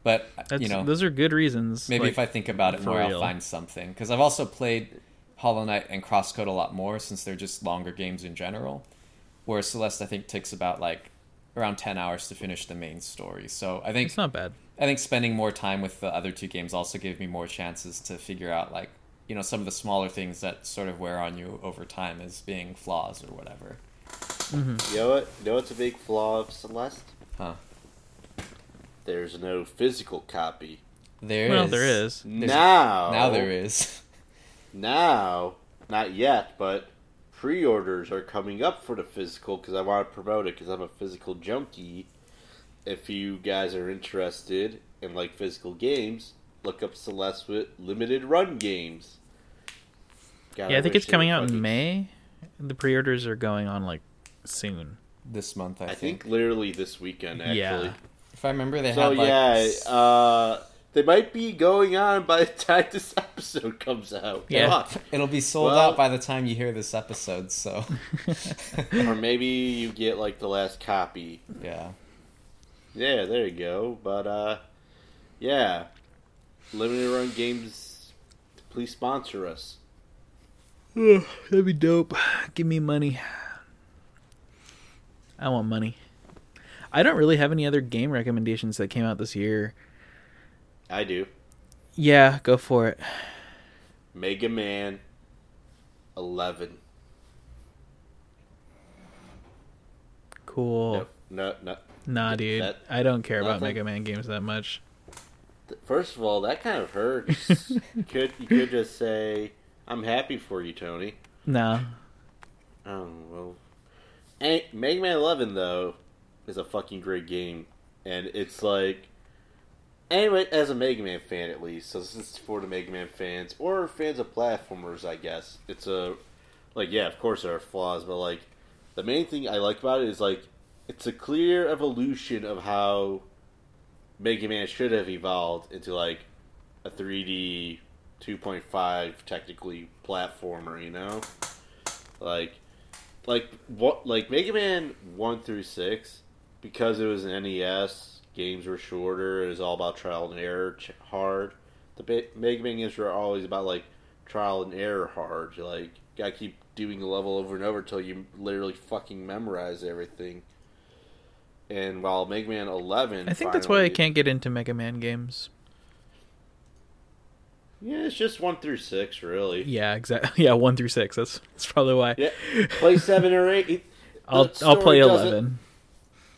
C: But uh,
B: That's,
C: you know,
B: those are good reasons.
C: maybe
B: like-
C: if I think about it
B: for
C: more, I'll
B: real.
C: find something because I've also played Hollow Knight and Crosscode a lot more since they're just longer games in general. Whereas Celeste, I think, takes about like around ten hours to finish the main story. So I think
B: it's not bad.
C: I think spending more time with the other two games also gave me more chances to figure out like you know some of the smaller things that sort of wear on you over time as being flaws or whatever.
A: You know what? You know what's a big flaw of Celeste?
C: Huh?
A: There's no physical copy.
C: There
B: Well, there is.
A: now,
C: Now there is.
A: Now, not yet, but pre-orders are coming up for the physical because I want to promote it because I'm a physical junkie. If you guys are interested in like physical games, look up Celeste with limited run games. God,
B: Yeah, I think
A: wish
B: it's
A: they
B: coming
A: would
B: out in
A: fucking-
B: May. The pre-orders are going on like soon.
C: this month, I,
A: I
C: think.
A: think literally this weekend, actually.
B: Yeah.
C: If I remember, they
A: So
C: had like
A: yeah,
C: s-
A: uh, They might be going on by the time this episode comes out.
D: Yeah.
A: Fuck.
C: It'll be sold
A: Well-
C: out by the time you hear this episode, so
A: Or maybe you get like the last copy.
C: yeah.
A: Yeah, there you go. But uh yeah. Limited run games please sponsor us.
B: That'd be dope. Give me money. I want money. I don't really have any other game recommendations that came out this year.
A: I do.
B: Yeah, go for it.
A: Mega Man eleven.
C: Oh.
B: Cool.
A: Nope. No no
B: Nah, dude.
A: That-
B: I don't care about
A: nothing?
B: Mega Man games that much.
A: Th- First of all, that kind of hurts. you could you could just say, "I'm happy for you, Tony."
B: Nah.
A: Oh well. And Mega Man Eleven though is a fucking great game, and it's like, anyway, as a Mega Man fan at least, so this is for the Mega Man fans or fans of platformers, I guess. It's a like yeah, of course there are flaws, but like the main thing I like about it is like it's a clear evolution of how Mega Man should have evolved into like a 3D 2.5 technically platformer, you know? Like like what like Mega Man 1 through 6 because it was an NES, games were shorter, it was all about trial and error, ch- hard. The ba- Mega Man games were always about like trial and error hard. You like got to keep doing the level over and over until you literally fucking memorize everything. And while Mega Man 11
B: I think that's why I
A: finally-
B: can't get into Mega Man games.
A: Yeah, it's just one through six, really.
B: Yeah, exactly. Yeah, 1 through 6. That's that's probably why.
A: Yeah, play seven or eight. It-
B: I'll
A: the
B: I'll play
A: story doesn't-
B: 11.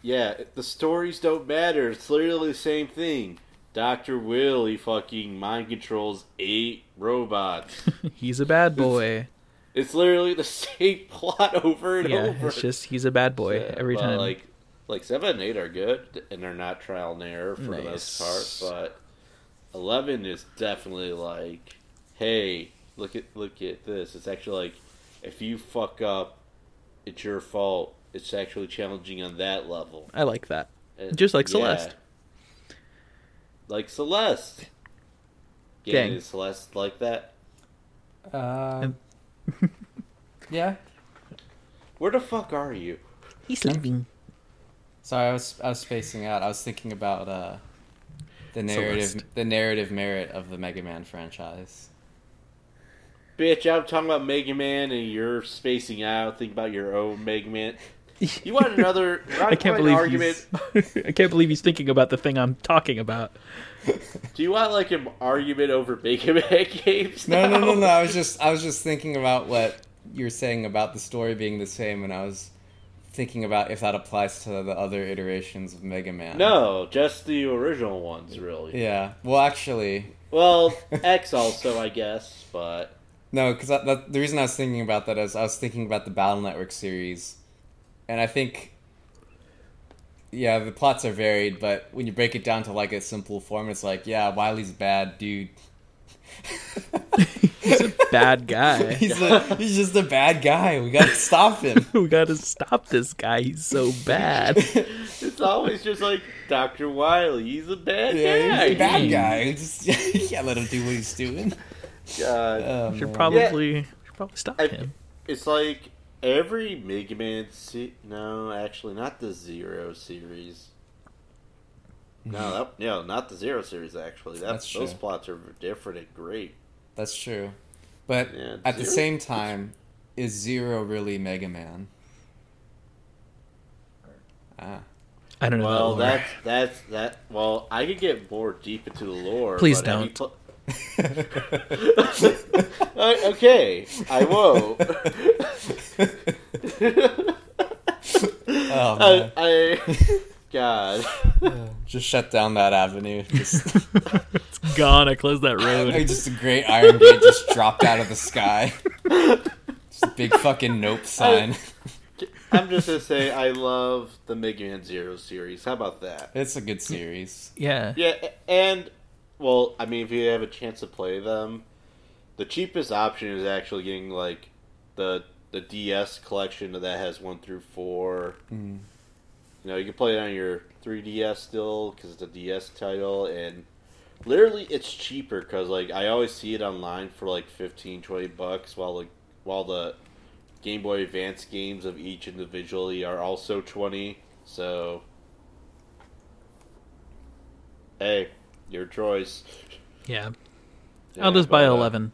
A: Yeah, the stories don't matter. It's literally the same thing. Doctor Will, he fucking mind controls eight robots.
B: He's a bad boy.
A: it's literally the same plot over and
B: Yeah,
A: over.
B: it's just he's a bad boy
A: Yeah,
B: every
A: but,
B: time.
A: Like, like seven and eight are good, and they're not trial and error for the
B: Nice.
A: most part. But eleven is definitely like, hey, look at look at this. It's actually like, if you fuck up, it's your fault. It's actually challenging on that level.
B: I like that.
A: And-
B: Just like Celeste.
A: Like Celeste. Game
B: Dang.
A: is Celeste like that?
C: Uh, yeah.
A: Where the fuck are you?
B: He's sleeping.
C: Sorry, I was I was spacing out. I was thinking about uh, the narrative
B: Celeste.
C: the narrative merit of the Mega Man franchise.
A: Bitch, I'm talking about Mega Man and you're spacing out. Think about your own Mega Man. You want another
B: I can't believe
A: argument?
B: He's, I can't believe he's thinking about the thing I'm talking about.
A: Do you want like an argument over Mega Man games?
C: No, no,
A: now?
C: no, no. I was just I was just thinking about what you were saying about the story being the same, and I was thinking about if that applies to the other iterations of Mega Man.
A: No, just the original ones, really.
C: Yeah. Well, actually,
A: Well, X also, I guess, but
C: no, because the reason I was thinking about that is I was thinking about the Battle Network series, and I think. Yeah, the plots are varied, but when you break it down to like a simple form, it's like, yeah, Wiley's bad dude.
B: He's a bad guy.
C: He's a, he's just a bad guy. We gotta stop him.
B: we gotta stop this guy. He's so bad.
A: it's always just like Dr. Wily. He's a bad
C: Yeah,
A: guy.
C: he's a bad guy. We Just you can't let him do what he's doing.
A: God.
C: Um,
B: Should probably should probably stop
A: I-
B: him.
A: It's like every Mega Man. Se- no, actually, not the Zero series. No, that, no, not the Zero series. Actually, that's,
C: That's
A: those
C: true.
A: plots are different and great.
C: that's true, but
A: Yeah,
C: at the
A: Zero-
C: same time, is Zero really Mega Man? Ah,
B: I don't know. about
A: Well,
B: lore.
A: that's that's that. Well, I could get more deep into the lore.
B: Please
A: but have you
B: don't.
A: pl- Uh, okay, I won't.
C: Oh,
A: I,
C: man.
A: I God.
C: just shut down that avenue. Just,
B: it's gone. I closed that
C: like,
B: road.
C: just a great Iron Gate just dropped out of the sky. Just a big fucking nope sign.
A: I'm just gonna say I love the Mega Man Zero series. How about that?
C: It's a good series.
B: Yeah.
A: Yeah, a- and well, I mean, if you have a chance to play them, the cheapest option is actually getting like the the DS collection that has one through four.
C: Mm.
A: You know, you can play it on your 3DS still because it's a DS title, and literally it's cheaper because like i always see it online for like 15 20 bucks while like while the game boy advance games of each individually are also 20 so hey your choice
B: Yeah.
A: Yeah,
B: I'll just buy
A: but, uh,
B: 11.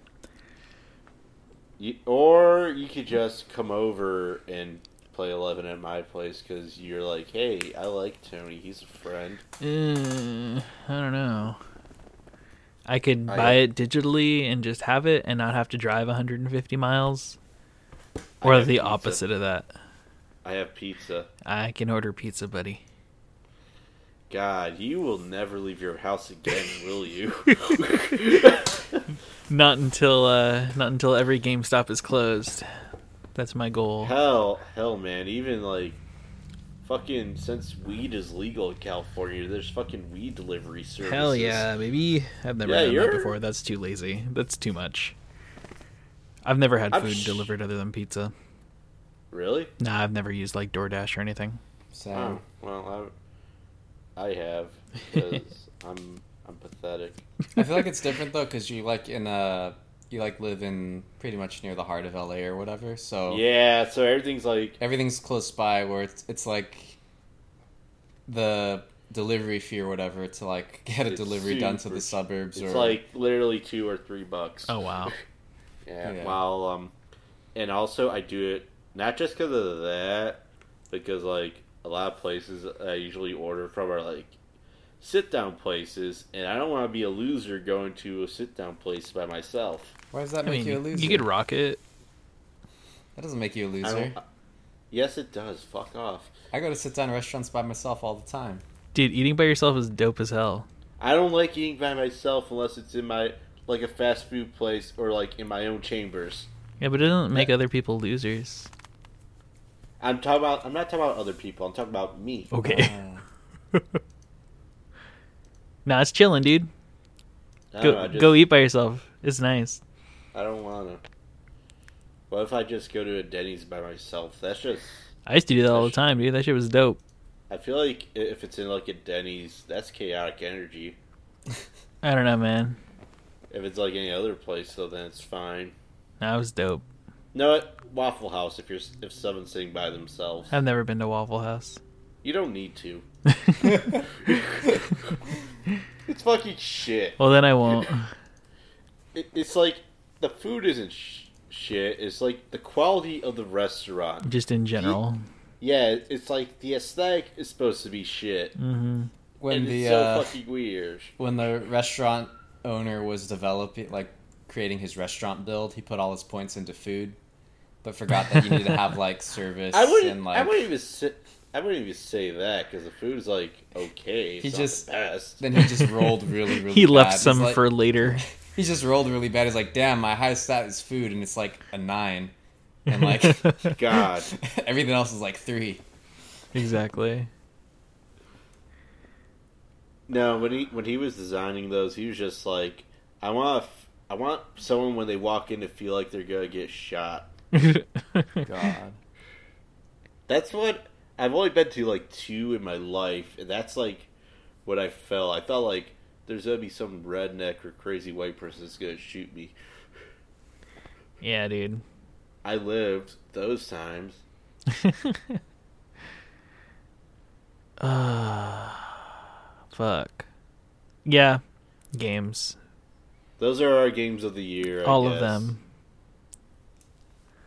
A: you, or you could just come over and play 11 at my place because you're like hey i like tony he's a friend Mm.
B: Uh, I don't know. I could
A: I-
B: buy it digitally and just have it and not have to drive 150 miles.
A: I
B: Or
A: have
B: the
A: pizza.
B: opposite of that.
A: i have pizza
B: I can order pizza, buddy.
A: god you will never leave your house again will you
B: Not until uh not until every GameStop is closed. That's my goal.
A: Hell, hell, man. Even like, fucking since weed is legal in California, there's fucking weed delivery services.
F: Hell yeah, baby. I've never
A: Yeah,
F: done
A: you're-
F: that before. That's too lazy. That's too much. I've never had
A: I'm
F: food
A: sh-
F: delivered other than pizza.
A: Really?
F: Nah, I've never used like DoorDash or anything.
A: Oh,
C: So
A: well, I, I have because I'm I'm pathetic.
C: I feel like it's different though, because you like in a you like live in pretty much near the heart of LA or whatever. So
A: Yeah, so everything's like,
C: everything's close by where it's it's like the delivery fee or whatever to like get a
A: It's
C: delivery done to
A: super
C: the suburbs
A: it's
C: or
A: like literally two or three bucks.
B: Oh wow.
A: Yeah,
C: Yeah.
A: While um, and also I do it not just because of that, because like a lot of places I usually order from are like sit down places, and I don't want to be a loser going to a sit down place by myself.
C: why does that
B: I
C: make
B: mean,
C: you a loser
B: you could rock it.
C: that doesn't make you a
A: I
C: loser
A: don't, uh, yes, it does. Fuck off.
C: I go to sit down restaurants by myself all the time
B: Dude, eating by yourself is dope as hell.
A: I don't like eating by myself unless it's in my like a fast food place or like in my own chambers.
B: Yeah, but it doesn't make
A: Yeah.
B: other people losers.
A: I'm talking about. I'm not talking about other people. I'm talking about me.
B: Okay.
C: Uh,
B: nah, it's chilling, dude.
A: I don't
B: Go
A: know, I just-
B: go eat by yourself. It's nice.
A: I don't wanna. What if I just go to a Denny's by myself? That's just.
B: I used to do that all the
A: That's-
B: time, dude. That shit was dope.
A: I feel like i- if it's in like a Denny's, that's chaotic energy.
B: I don't know, man.
A: If it's like any other place, though, then it's fine.
B: That was dope.
A: No, at Waffle House. If you're s- if someone's sitting by themselves,
B: I've never been to Waffle House.
A: you don't need to.
B: well,
A: It's fucking shit.
B: then I won't.
A: It, it's like the food isn't sh- shit. It's like the quality of the restaurant.
B: Just in general.
A: Yeah, it's like the aesthetic is supposed to be shit,
B: hmm
C: when
A: and
C: the
A: it's so
C: uh,
A: fucking weird.
C: when the restaurant owner was developing like creating his restaurant build he put all his points into food but forgot that you need to have like service
A: I wouldn't.
C: and like
A: I wouldn't even. Say, I wouldn't even say that because the food is like okay. It's
C: He
A: not
C: just-
A: the best.
C: then he just rolled really really
B: he
C: bad.
B: left
C: He's
B: some
C: like-
B: for later.
C: he just rolled really bad he's like damn my highest stat is food and it's like a nine and like
A: God,
C: everything else is like three
B: exactly.
A: no. When he when he was designing those, he was just like, I want. a f- I want someone when they walk in to feel like they're gonna get shot.
C: god
A: That's what I've only been to like two in my life, and that's like what I felt. I felt like there's gonna be some redneck or crazy white person that's gonna shoot me.
B: yeah, dude.
A: I lived those times.
B: uh, fuck. Yeah. Games.
A: Those are our games of the year. I
B: all of
A: guess.
B: them.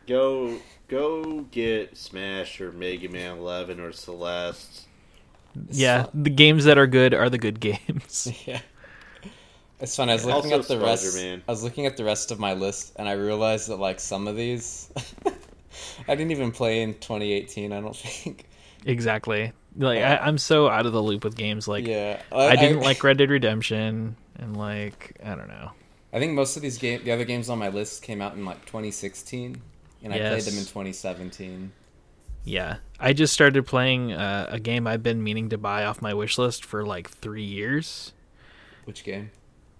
A: Go go get Smash or Mega Man Eleven or Celeste.
B: Yeah. The games that are good are the good games.
C: yeah it's funny. I was looking
A: Also
C: at the rest.
A: Spider-Man.
C: I was looking at the rest of my list, and I realized that like some of these, I didn't even play in 2018. I don't think.
B: exactly. Like I, I'm so out of the loop with games like
C: yeah,
B: I didn't like Red Dead Redemption and like I don't know.
C: I think most of these game, the other games on my list came out in like 2016, and I played
B: Yes.
C: them in 2017.
B: Yeah. I just started playing uh, a game I've been meaning to buy off my wish list for like 3 years.
C: Which game?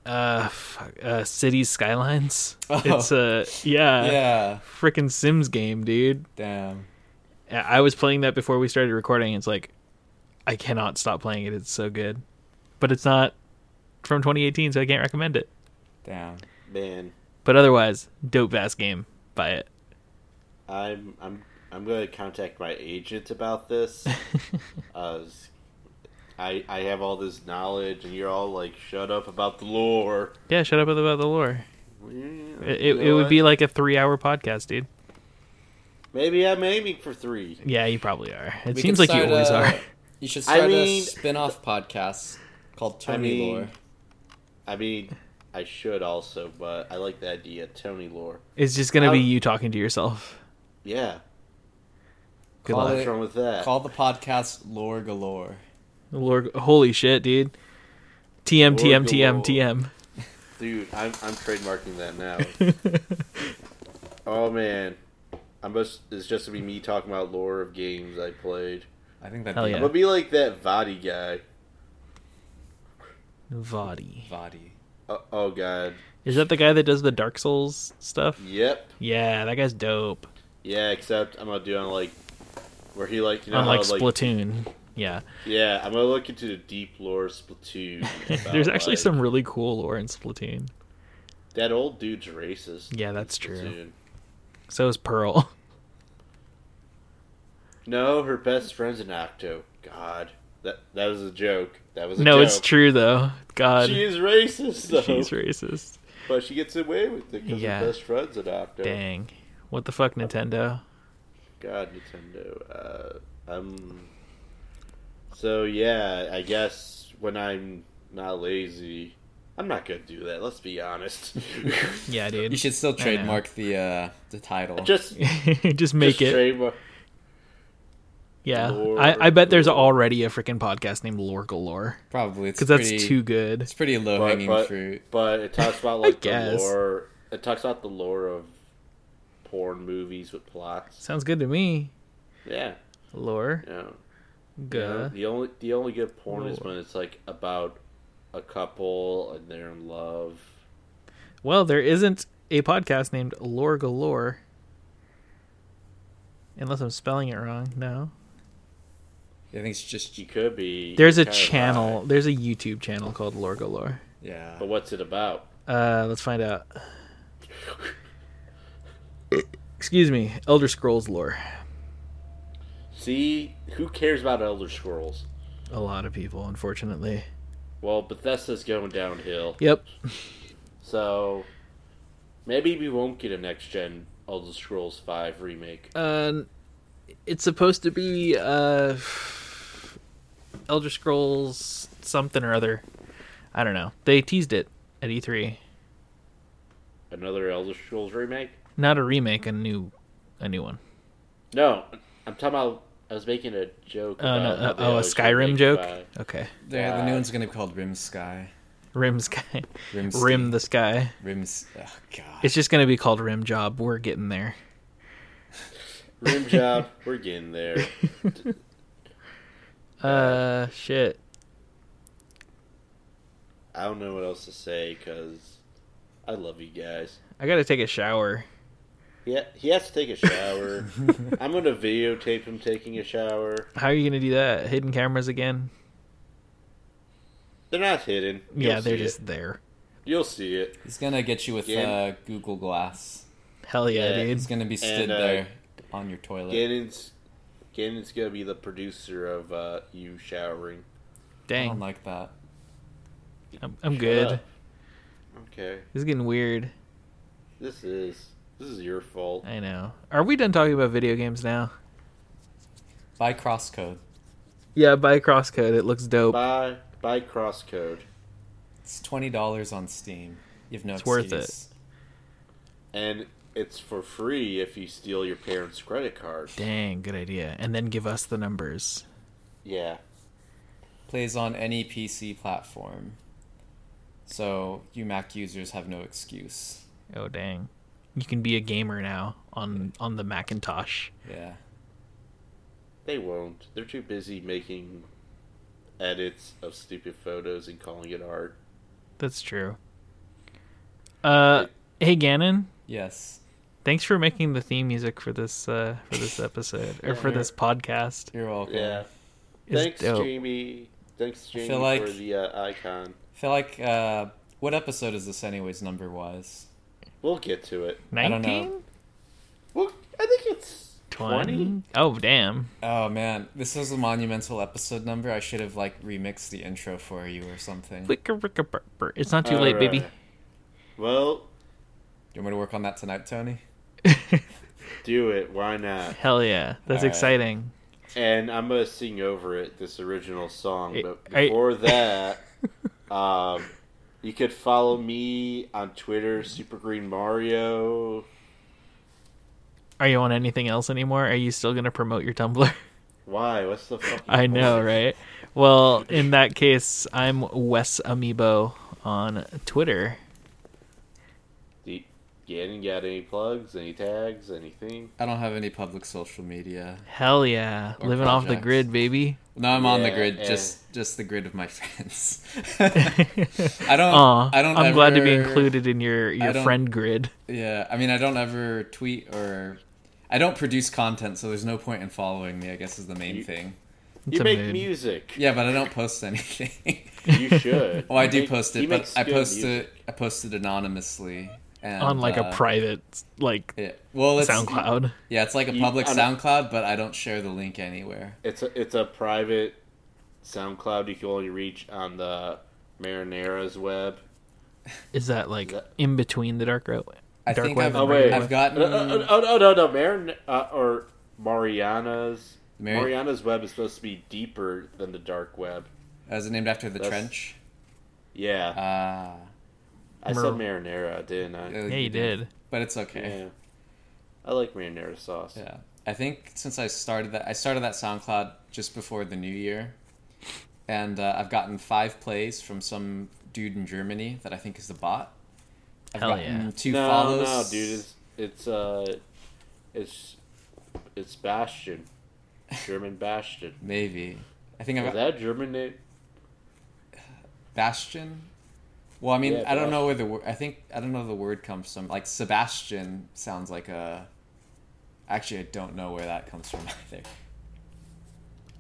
B: Uh, fuck, uh City Skylines.
C: Oh.
B: It's a yeah,
C: yeah,
B: freaking Sims game, dude.
C: damn.
B: I- I was playing that before we started recording. It's like I cannot stop playing it. It's so good. But it's not from 2018, so I can't recommend it.
G: Damn.
A: Man,
B: But otherwise, dope vast game. Buy it.
A: I'm I'm I'm going to contact my agent about this. uh, I I have all this knowledge, and you're all like, "Shut up about the lore."
B: yeah, shut up about the lore.
A: It,
B: It, it, it would be like a three hour podcast, dude.
A: maybe I'm aiming for three.
B: Yeah, you probably are. It
C: We
B: seems
C: could
B: like you
C: start uh,
B: always
C: a-
B: are.
C: You should
A: I
C: start
A: mean-
C: a spin-off podcast called Tony
A: mean-
C: Lore.
A: I mean, I should also, but I like the idea. Tony lore.
B: It's just gonna be
A: How-
B: you talking to yourself.
A: Yeah.
B: Good
C: Call
B: luck.
A: What's wrong with that?
C: Call the podcast Lore Galore.
B: Lord, holy shit, dude. TM,
A: Lord
B: TM, TM,
A: Galore.
B: TM.
A: Dude, I'm, I'm trademarking that now. oh man, I'm just it's just gonna be me talking about lore of games I played.
G: I think that'd
B: Hell
G: be
A: I'm
B: yeah.
A: gonna be like that Vadi guy.
B: Vadi.
G: Vadi.
A: Oh, oh god,
B: Is that the guy that does the Dark Souls stuff?
A: yep,
B: Yeah, that guy's dope.
A: yeah. Except I'm gonna do on like where he like you know
B: On like
A: how, like
B: Splatoon. Yeah.
A: yeah. I'm gonna look into the deep lore of Splatoon. about,
B: There's actually
A: like,
B: some really cool lore in Splatoon.
A: that old dude's racist.
B: Yeah, that's
A: in
B: true.
A: Splatoon.
B: So is Pearl.
A: No, her best friend's an Octo. God, that that was a joke. That was a
B: no,
A: joke.
B: it's true though. God,
A: She is racist though.
B: she's racist.
A: But she gets away with it because
B: Yeah.
A: her best friend's an Octo.
B: Dang. What the fuck, Nintendo?
A: God, Nintendo. Uh, um. So yeah, I guess when I'm not lazy, I'm not gonna do that. Let's be honest.
B: Yeah, dude.
C: You should still
B: know.
C: trademark the uh, the title.
A: just
B: just make
A: just
B: it.
A: trademark-
B: yeah.
A: Lore
B: I, I bet there's
A: Galore.
B: already a freaking podcast named Lore Galore.
C: Probably it's
B: Because that's
C: pretty,
B: too good.
C: It's pretty low
A: but,
C: hanging
A: but,
C: fruit.
A: but it talks about like the
B: guess.
A: lore. It talks about the lore of porn movies with plots.
B: Sounds good to me.
A: Yeah,
B: Lore.
A: you know. You know,
B: Good.
A: the only the only good porn is
B: Lore.
A: when it's like about a couple and they're in love.
B: Well, there isn't a podcast named Lore Galore. Unless I'm spelling it wrong. No.
C: I think it's just
A: You could be.
B: There's a
A: you're kinda
B: channel.
A: right.
B: There's a YouTube channel called Lore Galore.
C: yeah.
A: But what's it about?
B: Uh, let's find out. Excuse me. Elder Scrolls lore.
A: See, who cares about Elder Scrolls?
B: A lot of people, unfortunately.
A: Well, Bethesda's going downhill,
B: Yep.
A: so maybe we won't get a next gen Elder Scrolls Five remake.
B: Uh, it's supposed to be uh, Elder Scrolls something or other. I don't know. They teased it at E E3.
A: Another Elder Scrolls remake?
B: Not a remake, a new, a new one.
A: No, I'm talking about. I was making a joke.
B: Oh, no,
A: about
B: uh,
A: the
B: oh a
A: Elder Scrolls
B: Skyrim
A: remake
B: joke.
A: by-
B: Okay,
C: Yeah, the
A: Uh,
C: new one's gonna be called Rim Sky.
B: Rim Sky,
C: Rim.
B: Rim the Sky.
C: Rims. Oh god.
B: It's just gonna be called Rim Job. We're getting there.
A: Room job. We're getting there.
B: Uh, shit.
A: I don't know what else to say because I love you guys.
B: I gotta take a shower.
A: Yeah, he has to take a shower. I'm gonna videotape him taking a shower.
B: How are you gonna do that? Hidden cameras again?
A: They're not hidden.
B: yeah,
A: You'll
B: they're
A: see
B: just
A: it.
B: there.
A: You'll see it.
C: He's gonna get you with
A: Again.
C: uh, Google Glass.
B: Hell yeah,
A: Yeah,
B: dude.
C: He's gonna be stood
A: uh,
C: there on your toilet.
A: Gannon's Gannon's gonna be the producer of uh, you showering.
C: I don't
B: Dang,
C: like that.
B: I'm, I'm
A: Shut
B: good.
A: up. Okay,
B: This is getting weird.
A: this is this is your fault.
B: I know. Are we done talking about video games now?
C: Buy Crosscode.
B: Yeah, buy Crosscode. It looks dope.
A: Buy buy Crosscode
C: It's twenty dollars on Steam. You have no
B: It's worth
C: excuse.
B: it.
A: and it's for free if you steal your parents' credit card.
B: Dang, good idea. And then give us the numbers.
A: Yeah,
C: Plays on any PC platform. So you Mac users have no excuse.
B: Oh dang. You can be a gamer now on on the Macintosh.
C: Yeah.
A: they won't. They're too busy making edits of stupid photos and calling it art.
B: That's true. Uh hey Gannon,
C: Yes.
B: thanks for making the theme music for this uh for this episode or for this podcast.
C: You're welcome.
A: Yeah.
B: It's
A: Thanks,
B: dope.
A: Jamie. Thanks, Jamie,
C: like-
A: for the uh, icon.
C: I feel like uh, what episode is this anyways? Number wise,
A: We'll get to it.
C: I don't know.
B: 19?
A: Well, I think it's
B: 20? Oh, damn.
C: oh man, this is a monumental episode number. I should have like remixed the intro for you or something. Do
B: Flicker, fricker, burr, burr. It's not too late,
A: All
B: baby.
A: right. Well,
C: you want me to work on that tonight, Tony?
A: do it. Why not?
B: Hell yeah. That's
C: All right.
B: exciting.
A: And I'm gonna sing over it this original song.
B: Hey,
A: But
B: are you-
A: before that, um, you could follow me on Twitter, Super Green Mario.
B: Are you on anything else anymore? Are you still going to promote your Tumblr?
A: Why? What's the fucking?
B: I know,
A: point?
B: right? Well, in that case, I'm Wes Amiibo on Twitter.
A: Do you, you didn't got any plugs, any tags, anything?
C: I don't have any public social media.
B: Hell yeah.
C: Or
B: Living off the
C: projects.
B: grid, baby.
C: No, I'm on the
A: Yeah,
C: grid.
A: eh.
C: Just just the grid of my friends. I don't.
B: Aw,
C: I don't.
B: I'm glad to be
C: ever-
B: included in your, your
C: don't-
B: friend grid.
C: Yeah, I mean, I don't ever tweet or I don't produce content, so there's no point in following me. I guess is the main
A: You-
C: thing.
B: It's
A: You
B: a
A: make
B: mood.
A: music.
C: Yeah, but I don't post anything.
A: You should.
C: oh, I
A: You
C: do
A: make-
C: post
A: he
C: it, but
A: makes
C: I
A: good
C: post uh,
A: music.
C: it. I posted anonymously and,
B: on like
C: uh,
B: a private like
C: Yeah. Well, it's
B: SoundCloud.
C: Yeah, it's like a
A: You-
C: public
A: I don't-
C: SoundCloud, but I don't share the link anywhere.
A: It's a it's a private SoundCloud you can only reach on the Marinera's web.
B: Is that like
A: That-
B: in between the dark road?
C: I
B: Dark
C: think
B: web
C: I've,
B: and
A: Oh, wait.
C: I've
A: Uh, uh,
C: gotten
A: oh no no no Marin uh, or Mariana's
C: Mar-
A: Mariana's web is supposed to be deeper than the dark web.
C: as uh, it named after the
A: That's-
C: trench.
A: Yeah,
C: Ah,
A: I said
B: Mer-
A: marinara, didn't I?
C: Yeah.
B: Yeah, you did.
C: but it's okay.
A: Yeah, I like marinara sauce.
C: Yeah. I think since I started that, I started that SoundCloud just before the new year, and uh, I've gotten five plays from some dude in Germany that I think is the bot. I've
B: Hell
C: gotten
B: yeah.
C: two
A: no,
C: follows.
A: no, dude, it's it's uh, it's it's Bastion, German Bastion.
C: Maybe. I think I've
A: Is
C: got
A: that a German name?
C: Bastion. Well, I mean,
A: Yeah,
C: I don't know where the word. I think I don't know where the word comes from. Like Sebastian sounds like a. Actually, I don't know where that comes from either.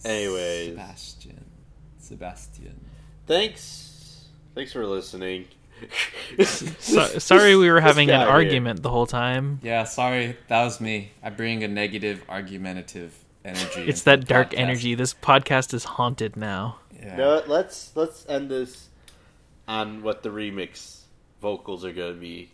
A: Anyways,
C: Sebastian, Sebastian.
A: thanks, thanks for listening.
B: So, sorry, we were
A: This
B: having an
A: guy here.
B: argument the whole time.
C: Yeah, sorry, that was me. I bring a negative, argumentative energy.
B: It's
C: into
B: that
C: the
B: dark
C: podcast.
B: energy. This podcast is haunted now.
C: Yeah.
A: You know what, let's let's end this on what the remix vocals are gonna be.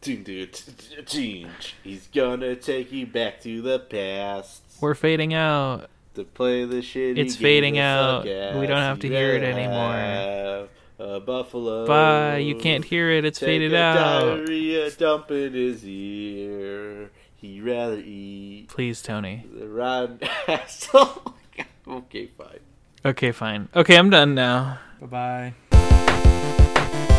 A: Ding, ding, ding, ding. He's gonna take you back to the past
B: We're fading out.
A: to play the shitty.
B: It's
A: game
B: fading
A: of
B: out.
A: suck
B: We don't
A: ass
B: have to
A: you
B: hear it
A: ever
B: anymore.
A: have. A
C: Oh,
A: buffalo.
B: Bye. You can't hear it. It's
A: Take
B: faded
A: a
B: out.
A: Diarrhea dump in his ear. He'd rather eat
B: Please, Tony.
A: the rotten ass. Oh my God. Okay, fine.
B: Okay, fine. Okay, I'm done now.
C: Bye bye.